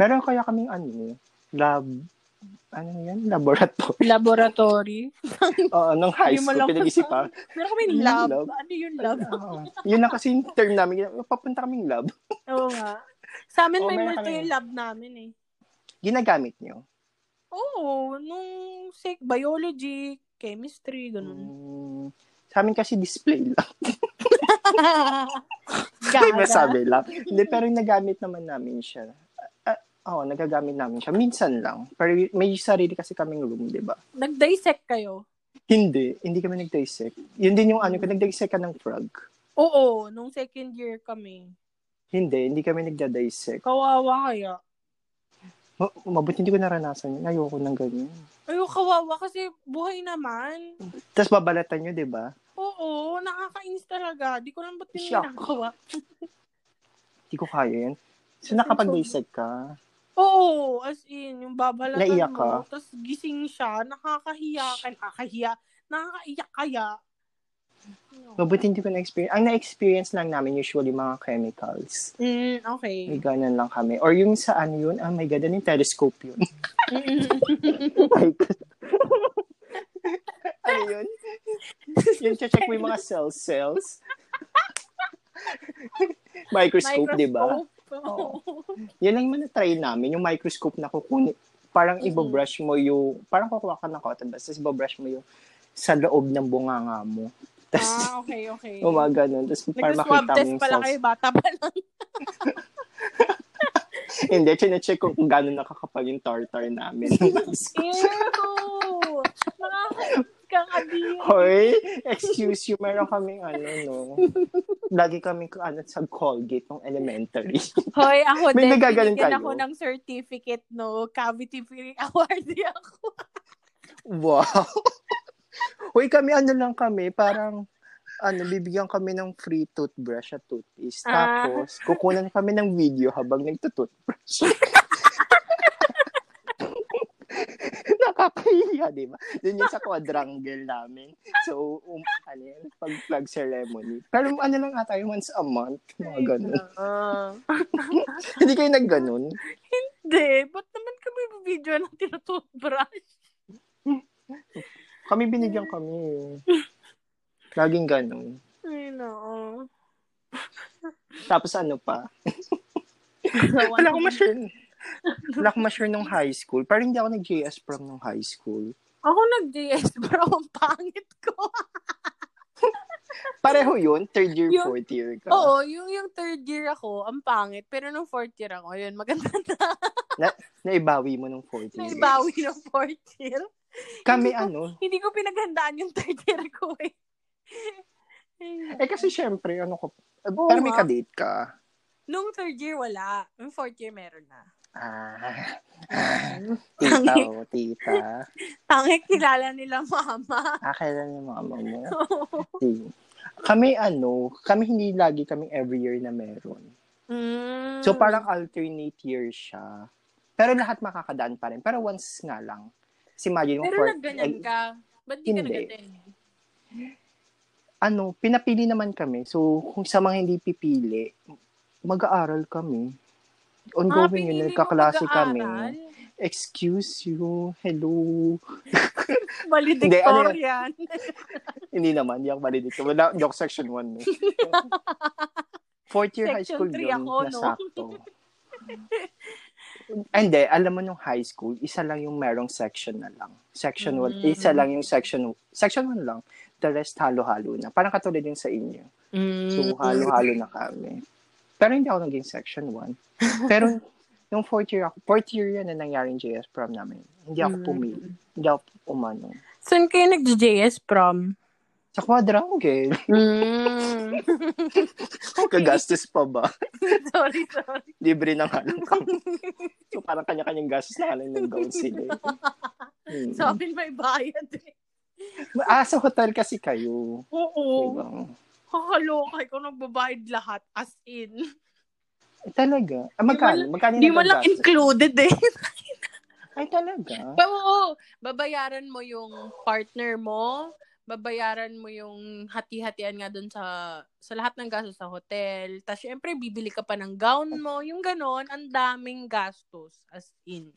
A: Meron kaya kaming ano, lab, ano yan, laboratory.
B: Laboratory.
A: Oo, nung high
B: Yun man
A: school,
B: lang.
A: pinag-isipan.
B: Meron kami
A: Yun,
B: lab.
A: lab.
B: Ano yung lab?
A: Ah, yun lang kasi yung term namin. Papunta kaming lab.
B: Oo nga. Sa amin,
A: Oo,
B: may
A: Oh, meron
B: multo
A: kami.
B: yung lab namin eh.
A: Ginagamit nyo.
B: Oo, nung sec, biology, chemistry, ganun.
A: Mm, sa amin kasi display lang. Kaya
B: Gaga.
A: nasabi lang. Hindi, pero nagamit naman namin siya. Ah, Oo, nagagamit namin siya. Minsan lang. Pero may sarili kasi kaming room, di ba?
B: Nag-dissect kayo?
A: Hindi, hindi kami nag-dissect. Yun din yung ano ko, nag-dissect ka ng frog.
B: Oo, nung second year kami.
A: Hindi, hindi kami nagda-dissect.
B: Kawawa kaya.
A: Ma- mabuti hindi ko naranasan yun. Ayoko ng ganyan.
B: Ayo, kawawa kasi buhay naman.
A: Tapos babalatan nyo, di ba?
B: Oo, nakakainis talaga. Di ko lang ba't
A: Shock.
B: pinagawa.
A: Hindi ko kaya yan. So, nakapag-dissect ka.
B: Oo, as in, yung babalatan
A: Naiyak ka?
B: mo, tapos gising siya, nakakahiya, ay, nakakahiya, nakakaiyak kaya.
A: Mabuti hindi ko na-experience. Ang na-experience lang namin usually mga chemicals.
B: Mm, okay.
A: May ganun lang kami. Or yung sa ano yun, oh my god, ano yung telescope yun? Ay, ko- ano yun? Yung check mo yung mga cells, cells. Microscope, di ba?
B: Oo.
A: Yan lang yung na-try namin, yung microscope na kukunin. Parang
B: Mhm.
A: ibabrush mo yung, parang kukuha ka ng cotton buds, tapos ibabrush mo yung sa loob ng bunganga mo. Tapos,
B: Ah, okay, okay.
A: ah. umaganon. Tapos para makita
B: Nag-swab
A: mo
B: test
A: yung
B: pala kayo,
A: sauce.
B: bata pa lang.
A: Hindi, chinecheck ko kung gano'n nakakapal yung tartar namin.
B: Ew! Nakaka- kang adil.
A: Hoy, excuse you, meron kaming ano, no. Lagi kami ano, sa Colgate ng elementary.
B: Hoy, ako
A: May
B: din,
A: nagagaling kayo?
B: binigyan ako ng certificate, no? Cavity free award niya ako.
A: Wow. Hoy, kami ano lang kami, parang ano, bibigyan kami ng free toothbrush at toothpaste.
B: Ah.
A: Tapos, kukunan kami ng video habang nagtutoothbrush. Nakakahiya, di ba? Yun yung sa quadrangle namin. So, um, ano yan, pag-flag ceremony. Pero ano lang ata, yung once a month, mga Oh, ganun.
B: Ah.
A: Hindi kayo nagganon.
B: Hindi, ba't naman kami video ng tinutoothbrush?
A: Kami binigyan kami. Laging ganun.
B: Ay, no.
A: Tapos ano pa, Wala akong ma-share. Wala akong ma-share nung high school. Parang hindi ako nag-JS prom nung high school.
B: Ako nag-GS, pero ang pangit ko.
A: Pareho yun? Third year,
B: Yun.
A: fourth year ka?
B: Oo, yung, yung third year ako, ang pangit. Pero nung fourth year ako, yun, maganda na.
A: Naibawi mo nung fourth year.
B: Naibawi ng fourth year.
A: Kami
B: Hindi ko-
A: ano?
B: Hindi ko pinaghandaan yung third year ko eh. Ayun.
A: Eh kasi syempre, ano ko, eh,
B: Oo
A: parang may
B: nga.
A: kadate ka.
B: Nung third year, wala. Nung fourth year, meron na.
A: Ah, tita o, tita.
B: Tangik, kilala nila mama.
A: Ah, kailan yung mama mo? Sige. Kami ano, kami hindi lagi kaming every year na meron.
B: Mm.
A: So parang alternate year siya. Pero lahat makakadaan pa rin. Pero once nga lang. Kasi imagine mo,
B: Pero
A: fourth-
B: nagganyan
A: eh,
B: ka. Ba't di ka
A: Hindi.
B: nag-attend?
A: ano, pinapili naman kami. So, kung sa mga hindi pipili, mag-aaral kami.
B: Ah,
A: Ongoing
B: pinili
A: yun,
B: mo
A: nagkaklase kami.
B: mag-aaral?
A: Excuse you, hello. ano
B: Valedictorian.
A: hindi naman, hindi ako malinit. Wala, joke section 1. No? Fourth year high
B: Section
A: school
B: three
A: yun,
B: ako, no?
A: nasakto. Hindi, alam mo nung high school, isa lang yung merong section na lang. Section 1,
B: Mm.
A: isa lang yung section, section 1 lang. The rest, halo-halo na. Parang katulad yung sa inyo.
B: Mm.
A: So, halo-halo na kami. Pero hindi ako naging section 1. Pero, nung fourth year ako, fourth year yan na nangyari yung JS prom namin. Hindi ako
B: Mm.
A: pumili. Hindi ako umano.
B: Saan kayo nag-JS prom?
A: Sa quadrangle.
B: Mm.
A: Kagastos pa ba?
B: sorry, sorry.
A: Libre na nga lang kami. so, parang kanya-kanyang gastos na kalang ng gown sila. eh. Hmm.
B: Sa amin may bayad eh.
A: ah, sa hotel kasi kayo.
B: Oo.
A: Diba?
B: Kakaloka. Ikaw nagbabayad lahat. As in.
A: Eh, talaga. Ah, magkano? Magkano
B: Hindi mo lang
A: nagagastos?
B: included eh.
A: Ay, talaga?
B: Pero oo, babayaran mo yung partner mo, babayaran mo yung hati-hatian nga doon sa sa lahat ng gastos sa hotel. Tapos syempre bibili ka pa ng gown mo, yung ganon, ang daming gastos as in.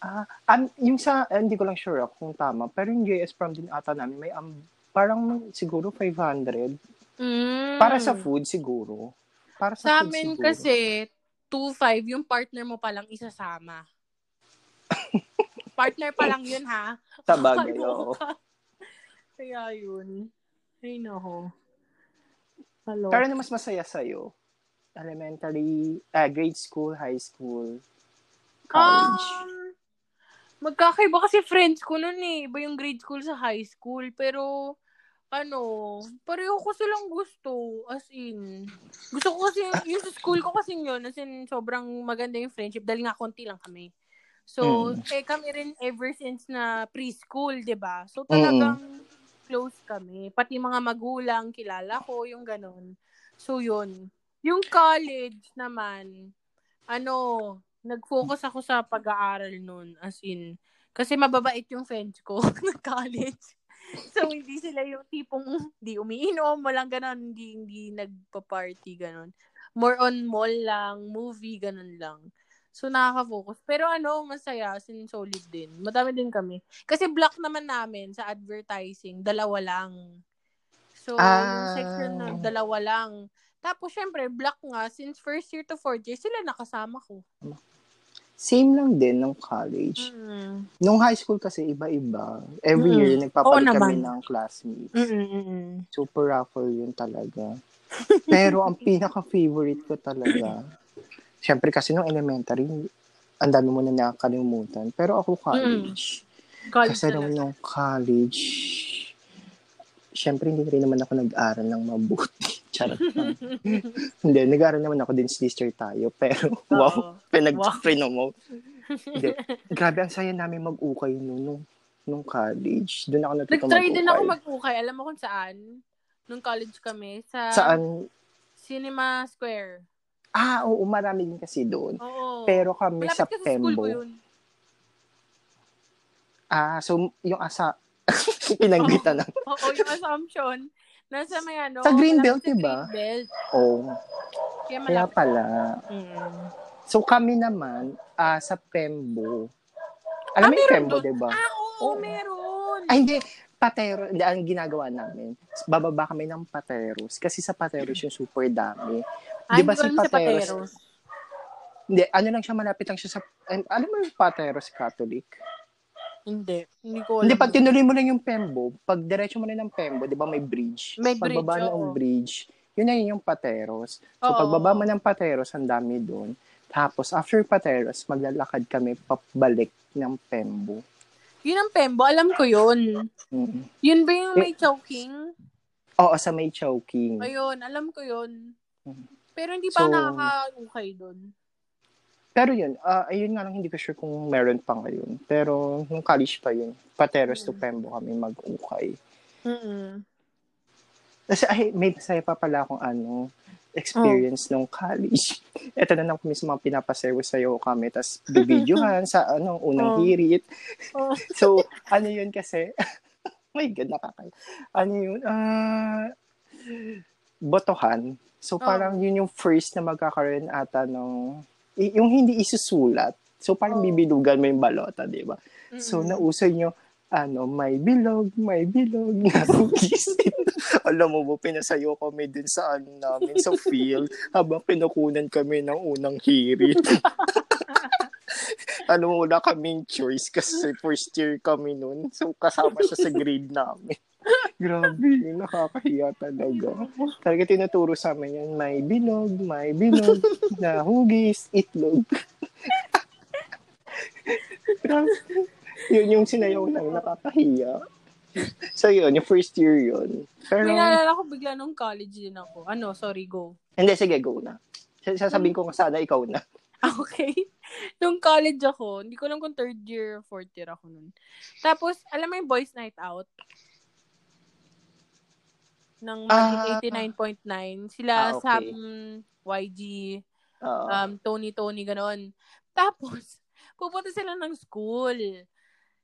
A: Um, yung sa, eh, hindi ko lang sure ako kung tama, pero yung JS prom din ata namin, may um, parang may- siguro 500. Para sa food siguro. Para sa,
B: Hmm. Sa
A: food
B: amin
A: siguro.
B: kasi 2-5 yung partner mo palang isasama. partner pa lang yun ha.
A: Sa bagay, oo.
B: Kakaloka. Kaya yun. Ay nako. Hello.
A: Pero ano mas masaya sa'yo? Elementary, ah, grade school, high school, college.
B: Ah, magkakaiba kasi friends ko nun eh. Iba yung grade school sa high school. Pero, ano, pareho ko silang gusto. As in, gusto ko kasi, yung sa school ko kasi yun, as in, sobrang maganda yung friendship dahil nga konti lang kami. So, eh, kami rin ever since na preschool, 'di ba So, talagang close kami. Pati mga magulang, kilala ko, yung ganun. So, yun. Yung college naman, ano, nag-focus ako sa pag-aaral nun. As in, kasi mababait yung friends ko na college. So, hindi sila yung tipong hindi umiinom, walang ganun, hindi, hindi nagpa-party, ganun. More on mall lang, movie, ganun lang. So, nakaka-focus. Pero ano, masaya, as in solid din. Madami din kami. Kasi block naman namin sa advertising, dalawa lang. So, yung
A: Ah.
B: section na dalawa lang. Tapos, syempre, block nga, since first year to fourth year, sila nakasama ko.
A: Same lang din ng college.
B: Mm.
A: Nung high school kasi iba-iba. Every
B: Mm.
A: year nagpapalit
B: Oo
A: kami
B: naman.
A: ng classmates. mm.
B: Mm-mm.
A: Super raffle yun talaga. Pero ang pinaka-favorite ko talaga, syempre kasi nung elementary, ang dami mo na nakakalimutan. Pero ako college,
B: Mm. College
A: Kasi alam mo,
B: talaga.
A: nung college, syempre hindi rin naman ako nag-aral ng mabuti. Charot lang. hindi, nag-aral naman ako din sister tayo. Pero, wow,
B: Oo.
A: pinag-prenomote. Hindi. Grabe, ang saya namin mag-ukay noon nung, nung college. Doon ako natuto
B: Nag-try din ako
A: mag-ukay.
B: mag-ukay. Alam mo kung saan? Nung college kami. Sa
A: Saan?
B: Cinema Square.
A: Ah, oo, marami din kasi doon.
B: Oo.
A: Pero kami
B: Malapit
A: sa
B: kasi sa school ko
A: Pembo.
B: yun.
A: Ah, so yung asa, pinanggitan ng,
B: Oo, yung assumption. Nasa may ano.
A: Sa Greenbelt,
B: malapit sa
A: diba?
B: Greenbelt.
A: oh, kaya
B: Kaya malapit.
A: pala.
B: Mm.
A: So kami naman ah, sa Pembo. Alam
B: Ah,
A: mo yung
B: meron
A: Pembo,
B: doon?
A: 'di ba?
B: Ah, oo,
A: Oo.
B: meron.
A: Ay hindi patero, hindi, ang ginagawa namin. Bababa kami ng pateros kasi sa pateros yung super dami.
B: Ah,
A: Di ba
B: hindi
A: si
B: ko alam sa
A: Pateros?
B: Pateros?
A: Hindi, ano lang siya malapit lang siya sa ay, alam mo yung pateros Catholic.
B: Hindi. Hindi ko alam.
A: Hindi pag tinuloy mo lang yung Pembo, pag diretso mo na ng Pembo, 'di ba may bridge?
B: May bridge,
A: Pagbaba ng
B: oo.
A: bridge, yun na yun yung pateros. So
B: Oo.
A: pagbaba mo ng pateros, ang dami doon. Tapos after pateros, maglalakad kami pabalik ng Pembo.
B: Yun ang Pembo. Alam ko yun.
A: Mm.
B: Yun ba yung may choking?
A: Oo, sa may choking.
B: Ayun, alam ko yun.
A: Mhm.
B: Pero hindi pa
A: So-
B: nakaka-ukay doon.
A: Pero yun, ah, ayun nga lang, hindi ko sure kung meron pa ngayon. Pero nung college pa yun, Pateros
B: Mm.
A: to Pembo kami mag-ukay.
B: Mm-mm.
A: Kasi ay, may masaya pa pala akong ano, experience
B: Oh.
A: nung college. Ito na lang kung mismo ang pinapaservo sa'yo kami, tas bibidyohan sa ano, unang
B: Oh.
A: hirit.
B: Oh.
A: So, ano yun kasi, my God, nakakaya. Ano yun, ah, botohan. So,
B: Oh.
A: parang yun yung first na magkakaroon ata ng, y- yung hindi isusulat. So, parang
B: Oh.
A: bibilugan mo yung balota, di ba?
B: Mm-mm.
A: So, nauso nyo, ano, may bilog, may bilog, nabugis. Alam mo ba, pinasayo kami dun sa ano namin, sa field, habang pinukunan kami ng unang hirit. Alam mo, wala kaming choice kasi first year kami nun. So, kasama siya sa grade namin. Grabe, yun, nakakahiya talaga. Talaga tinuturo sa amin yan, may bilog, may bilog, nahugis, itlog. Grabe. yun yung sinayaw lang, nakakahiya. So yun, yung first year yun. Pero,
B: May naalala ko bigla nung college din ako. Ano, sorry, go.
A: hindi, sige, go na. S- Sasabihin ko kung sana ikaw na.
B: Ah, Okay. Nung college ako, hindi ko alam kung third year or fourth year ako nun. Tapos, alam mo yung boys night out? Ng
A: Ah.
B: Magic 89.9. Sila
A: Ah, okay.
B: Sam, YG,
A: Ah,
B: um, Tony, Tony, ganon. Tapos, pupunta sila ng school.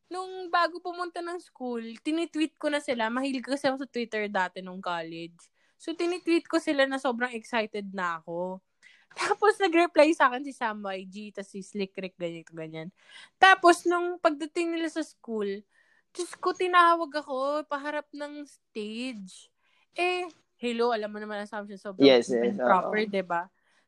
B: Nung bago pumunta ng school, tinitweet ko na sila. Mahilig kasi ako sa Twitter dati nung college. So, tinitweet ko sila na sobrang excited na ako. Tapos, nag-reply sa akin si Sam YG, tas si Slick Rick, ganyan, ganyan. Tapos, nung pagdating nila sa school, Diyos ko, tinawag ako, paharap ng stage. Eh, hello, alam mo naman assumption, sobrang
A: Yes,
B: open
A: yes,
B: and proper,
A: oo.
B: 'di ba?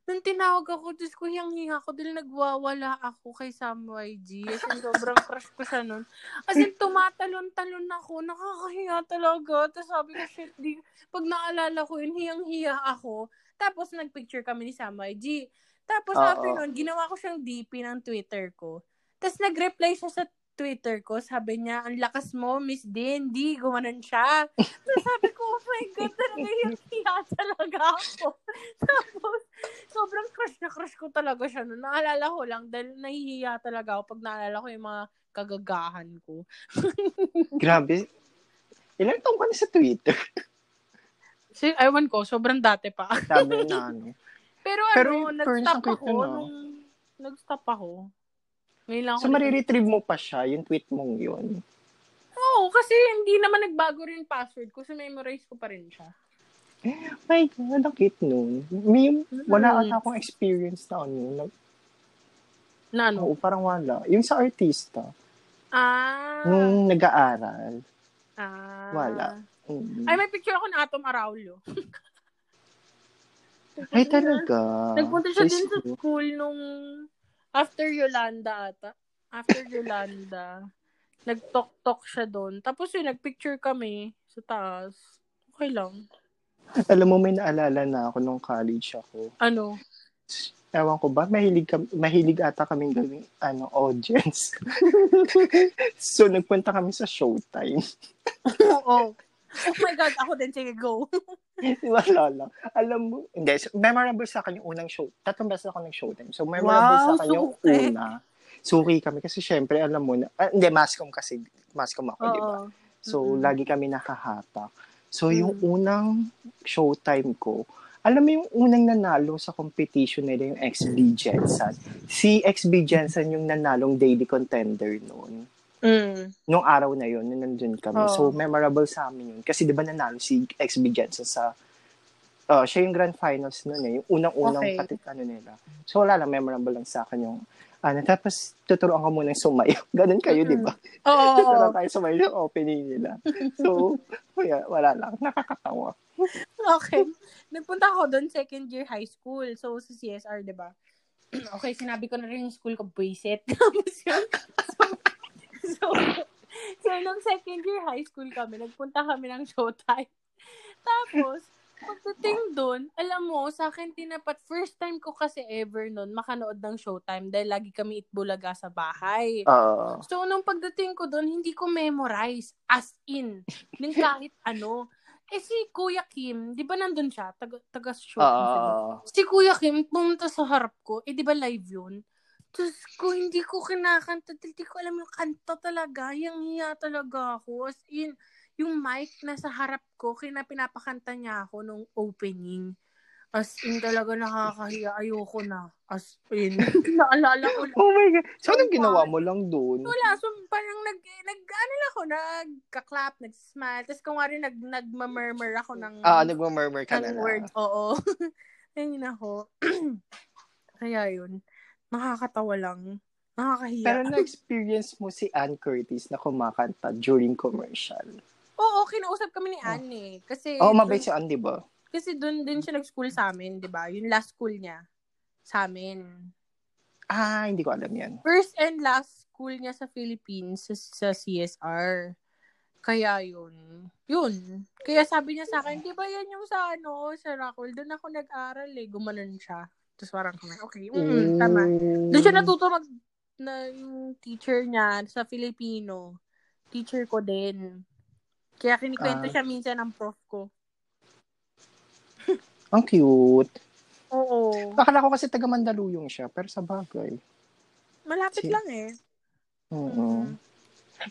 B: Nung tinawag ako, Diyos ko, hiyang-hiya ko dahil nagwawala ako kay Sam YG. As in, sobrang crush ko siya nun. As in, tumatalon-talon ako. Nakakahiya talaga. Tapos sabi ko, shit, di, pag naalala ko yun, hiyang-hiya ako. Tapos nagpicture kami ni Sam YG. Tapos
A: Oo.
B: after nun, ginawa ko siyang DP ng Twitter ko. Tapos nag-reply siya sa Twitter ko, sabi niya, ang lakas mo, Miss Dindy, gumanon siya. Tapos sabi ko, oh my God, talaga yung hiya talaga ako. Tapos, sobrang crush na crush ko talaga siya. No? Naalala ko lang, dahil nahihiya talaga ako pag naalala ko yung mga kagagahan ko.
A: grabe. Ilang taong ka na sa Twitter?
B: So, ewan ko, sobrang dati pa.
A: Sabi na ano.
B: Pero,
A: Pero
B: ano,
A: yung
B: nag-stop
A: parents ang
B: ako.
A: cute nun, ah.
B: Nung, nag-stop ako. Ngayon lang ako.
A: So, mariretrieve mo pa siya, yung tweet mong yun.
B: Oo, kasi hindi naman nagbago rin yung password ko. So, memorize ko pa rin siya.
A: My God, ang cute nun. May, wala
B: Mm.
A: ata akong experience na ano. Na,
B: Na ano?
A: oo, parang wala. Yung sa artista,
B: Ah.
A: nung nag-aaral.
B: ah.
A: Hmm. wala. Mm.
B: Ay, may picture ako ng Atom Araulo.
A: Ay, talaga.
B: Nagpunta siya din
A: Yes,
B: sa school nung after Yolanda ata. After Yolanda. Nag-talk-talk siya doon. Tapos yun, nagpicture kami sa taas. Okay lang.
A: Alam mo, may naalala na ako nung college ako.
B: Ano?
A: ewan ko ba, mahilig, kam- mahilig ata kaming gawing ano, audience. so, nagpunta kami sa showtime.
B: Oo. Oh my God, ako din. Sige, go.
A: Wala lang. Alam mo, hindi, so, memorable sa akin yung unang show. Tatlong beses ako ng showtime. So, memorable
B: Wow,
A: sa akin yung
B: suki.
A: una. Suki kami kasi syempre, alam mo na, ah, hindi, mascom kasi, mascom ako, di ba?
B: Oo.
A: So,
B: Mm-mm.
A: lagi kami nakahatak. So, yung
B: Mm.
A: unang showtime ko, alam mo yung unang nanalo sa competition nila yung XB Jensen. Si XB Jensen yung nanalong daily contender noon.
B: Mm.
A: Nung araw na yun, nung nandun kami.
B: Oo.
A: So, memorable sa amin yun. Kasi di ba nanalo si XB Jensen sa... Uh, siya yung grand finals noon eh. Yung unang-unang
B: Okay.
A: patit ano nila. So, wala lang. Memorable lang sa akin yung... Ano, tapos, tuturuan ka muna sumayo. Ganun kayo, diba? di ba?
B: Oo.
A: Tara tayo sa may opening nila. So, kuya, wala lang. Nakakatawa.
B: Okay. Nagpunta ako doon second year high school. So, sa CSR, di ba? Okay, sinabi ko na rin yung school ko, Buisit. Tapos yun. So, so, so, nung second year high school kami, nagpunta kami ng showtime. Tapos, pagdating doon, alam mo, sa akin tinapat, first time ko kasi ever noon makanood ng showtime dahil lagi kami itbulaga sa bahay.
A: Oo.
B: So, nung pagdating ko doon, hindi ko memorize. As in. Ng kahit ano. Eh, si Kuya Kim, di ba nandun siya? Taga, taga shoot.
A: Ah. Oo.
B: Si Kuya Kim, pumunta sa harap ko. Eh, di ba live yun? Diyos ko, hindi ko kinakanta. Hindi ko alam yung kanta talaga. Yung hiya talaga ako. As in, yung mic na sa harap ko, kina pinapakanta niya ako nung opening. As in, talaga nakakahiya. Ayoko na. As in. Naalala ko lang.
A: Oh my God. So, anong ginawa mo lang doon?
B: Wala, so parang nag, nag ano lang ako, nagka-clap, nag-smile. Tapos kung nga rin, nag, nagma-murmur ako ng,
A: Ah, nagmamurmur ka na
B: ng word.
A: lang.
B: Oo. Ayun ako. Kaya yun. Nakakatawa lang. Nakakahiya.
A: Pero na-experience mo si Ann Curtis na kumakanta during commercial.
B: Oo, kinausap kami ni Anne eh. Kasi,
A: Oh, mabait si Ann, di ba?
B: kasi dun din siya nag-school sa amin, di ba? Yung last school niya sa amin.
A: Ah, hindi ko alam yan.
B: First and last school niya sa Philippines sa, sa CSR. Kaya yun. Yun. Kaya sabi niya sa akin, di ba yan yung sa ano, sa Rockwell? Doon ako nag-aral eh. Gumanon siya. Tapos parang kami, okay, mm, tama.
A: Mm.
B: Doon siya natuto mag, na yung teacher niya sa Filipino. Teacher ko din. Kaya kinikwento
A: Ah.
B: siya minsan ng prof ko.
A: Ang cute.
B: Oo.
A: Akala ko kasi taga Mandaluyong siya, pero sa bagay.
B: Malapit
A: Si-
B: lang eh.
A: Oo.
B: Mm.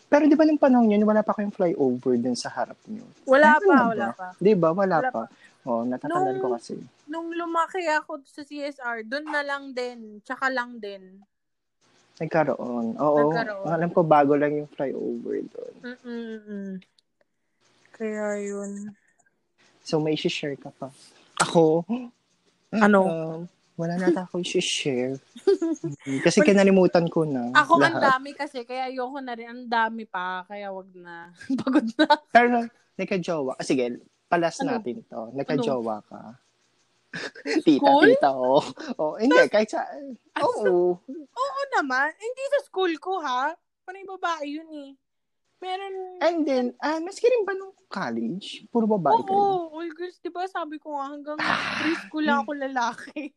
A: Pero di ba nung panahon yun, wala pa kayong flyover dun sa harap niyo?
B: Wala
A: Ano
B: pa,
A: ba?
B: wala pa.
A: Di ba? Wala,
B: Wala
A: pa. Oh, natatandaan ko
B: Nung-
A: kasi.
B: Nung lumaki ako sa CSR, doon na lang din. Tsaka lang din.
A: Nagkaroon. Oo.
B: Nagkaroon.
A: Alam ko bago lang yung flyover doon.
B: Mm-mm. Kaya yun.
A: So may share ka pa. Ako?
B: Ano?
A: Um, wala na ata ako share. Kasi kinalimutan ko na.
B: Ako ang
A: lahat.
B: dami kasi, kaya ayoko na rin. Ang dami pa, kaya wag na. Pagod na.
A: Pero nagka-jowa. Ah, sige, palas
B: Ano?
A: natin to. Nagka-jowa ka. tita,
B: School?
A: tita, oo. Oh. hindi, kahit sa...
B: Ah,
A: Oo.
B: Oo naman. Eh, Hindi sa school ko, ha? Panay babae yun eh. Meron...
A: And then, ah, maski rin ba nung college? Puro babae Ah.
B: Oo,
A: kayo?
B: all girls. Diba sabi ko nga, hanggang preschool lang ako lalaki.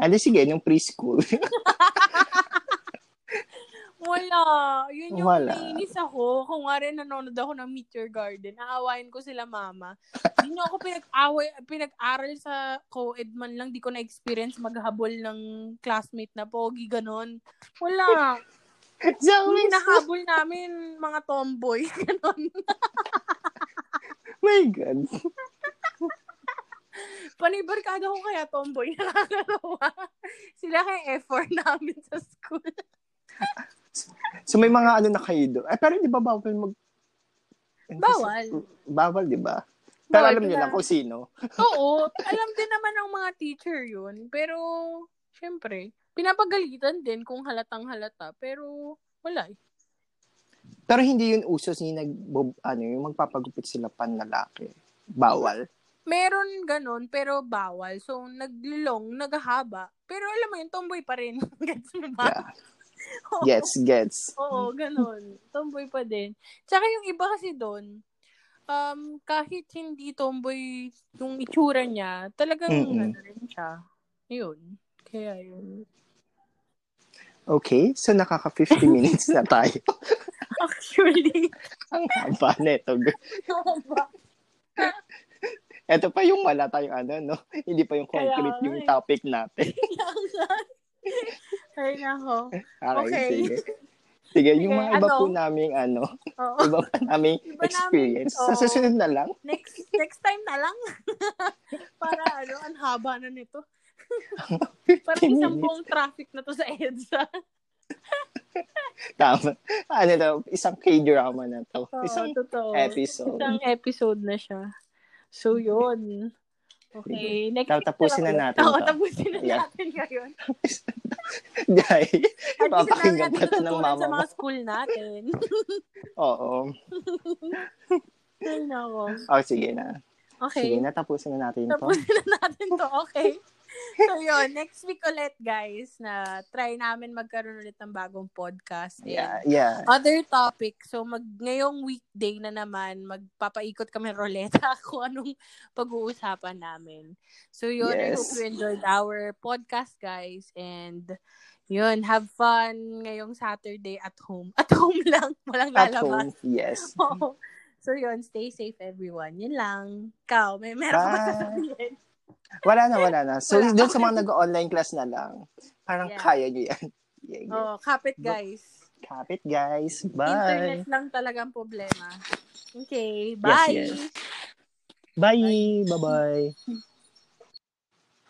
A: Ano, sige, nung preschool.
B: Wala. Yun yung
A: Wala.
B: naiinis ako. Kung nga rin nanonood ako ng Meet Your Garden, aawain ko sila mama. Hindi nyo ako pinag-away, pinag-aral sa co-ed man lang. Di ko na-experience maghabol ng classmate na pogi, ganon. Wala.
A: so,
B: Yung nahabol namin mga tomboy, ganon.
A: my God.
B: Panibarkada ko kaya tomboy nakakalawa. Sila kaya effort namin sa school.
A: So may mga ano na kayo doon. Ay, pero di ba bawal mag...
B: Bawal.
A: Bawal, di ba? Pero
B: Bawal
A: alam niyo
B: na.
A: lang kung sino.
B: Oo, alam din naman ng mga teacher yun. Pero, syempre, pinapagalitan din kung halatang halata. Pero, wala eh.
A: Pero hindi yun uso si nag ano yung magpapagupit sila panlalaki. Bawal.
B: Meron ganun, pero bawal. So, naglilong, naghahaba. Pero alam mo yun, tomboy pa rin. Gets mo ba?
A: Yeah.
B: Oh.
A: Gets, gets.
B: Oo, ganun. Tomboy pa din. Tsaka yung iba kasi doon, um, kahit hindi tomboy yung itsura niya, talagang
A: Mm-mm.
B: ano rin siya. Yun. Kaya yun.
A: Okay, so nakaka-50 minutes na tayo.
B: Actually,
A: Ang haba nito.
B: ano ba?
A: Ito pa yung wala tayong ano, no? Hindi pa yung
B: Kaya
A: concrete
B: nga
A: yung
B: eh.
A: topic natin.
B: Ay, nako.
A: Okay,
B: Okay.
A: sige. Sige, yung
B: Sige,
A: mga iba
B: ano?
A: po naming ano,
B: Oo.
A: iba pa naming
B: Iba oh. namin,
A: experience. Sa
B: oo.
A: susunod na lang.
B: Next next time na lang. Para ano, ang haba na nito. Para isang buong traffic na to sa EDSA.
A: Tama. Ano daw, isang K-drama na to.
B: Oo,
A: isang
B: totoo.
A: episode.
B: Isang episode na siya. So, yun. Okay. Next
A: Daw, tapusin na natin
B: Oo,
A: to.
B: tapusin na
A: Yeah.
B: natin ngayon.
A: Dahil,
B: At isa na
A: Papakinggan
B: natin
A: pa to ng
B: natutunan
A: mama
B: sa
A: mo.
B: mga school natin.
A: oo.
B: Ay, nako.
A: Oh, sige na. Sige
B: Okay.
A: na, tapusin na natin to.
B: Tapusin na natin to, okay? So yun, next week ulit guys na try namin magkaroon ulit ng bagong podcast.
A: Yeah,
B: And
A: yeah.
B: Other topic, so mag, ngayong weekday na naman, magpapaikot kami roleta kung anong pag-uusapan namin. So yun, I hope
A: Yes.
B: you enjoyed our podcast guys and yun, have fun ngayong Saturday at home. At home lang, walang
A: At
B: lalabas.
A: home, yes.
B: Oo. So yun, stay safe everyone. Yun lang. Kao, may meron ka ba
A: Bye.
B: sasabihin?
A: Wala na, wala na. So,
B: Wala.
A: doon sa mga nag-online class na lang, parang
B: Yeah.
A: kaya nyo yan. Yeah, yeah.
B: Oh, kapit
A: Bu-
B: guys.
A: Kapit, guys. Bye.
B: Internet lang talaga ang problema. Okay, bye.
A: yes. Bye. Bye-bye.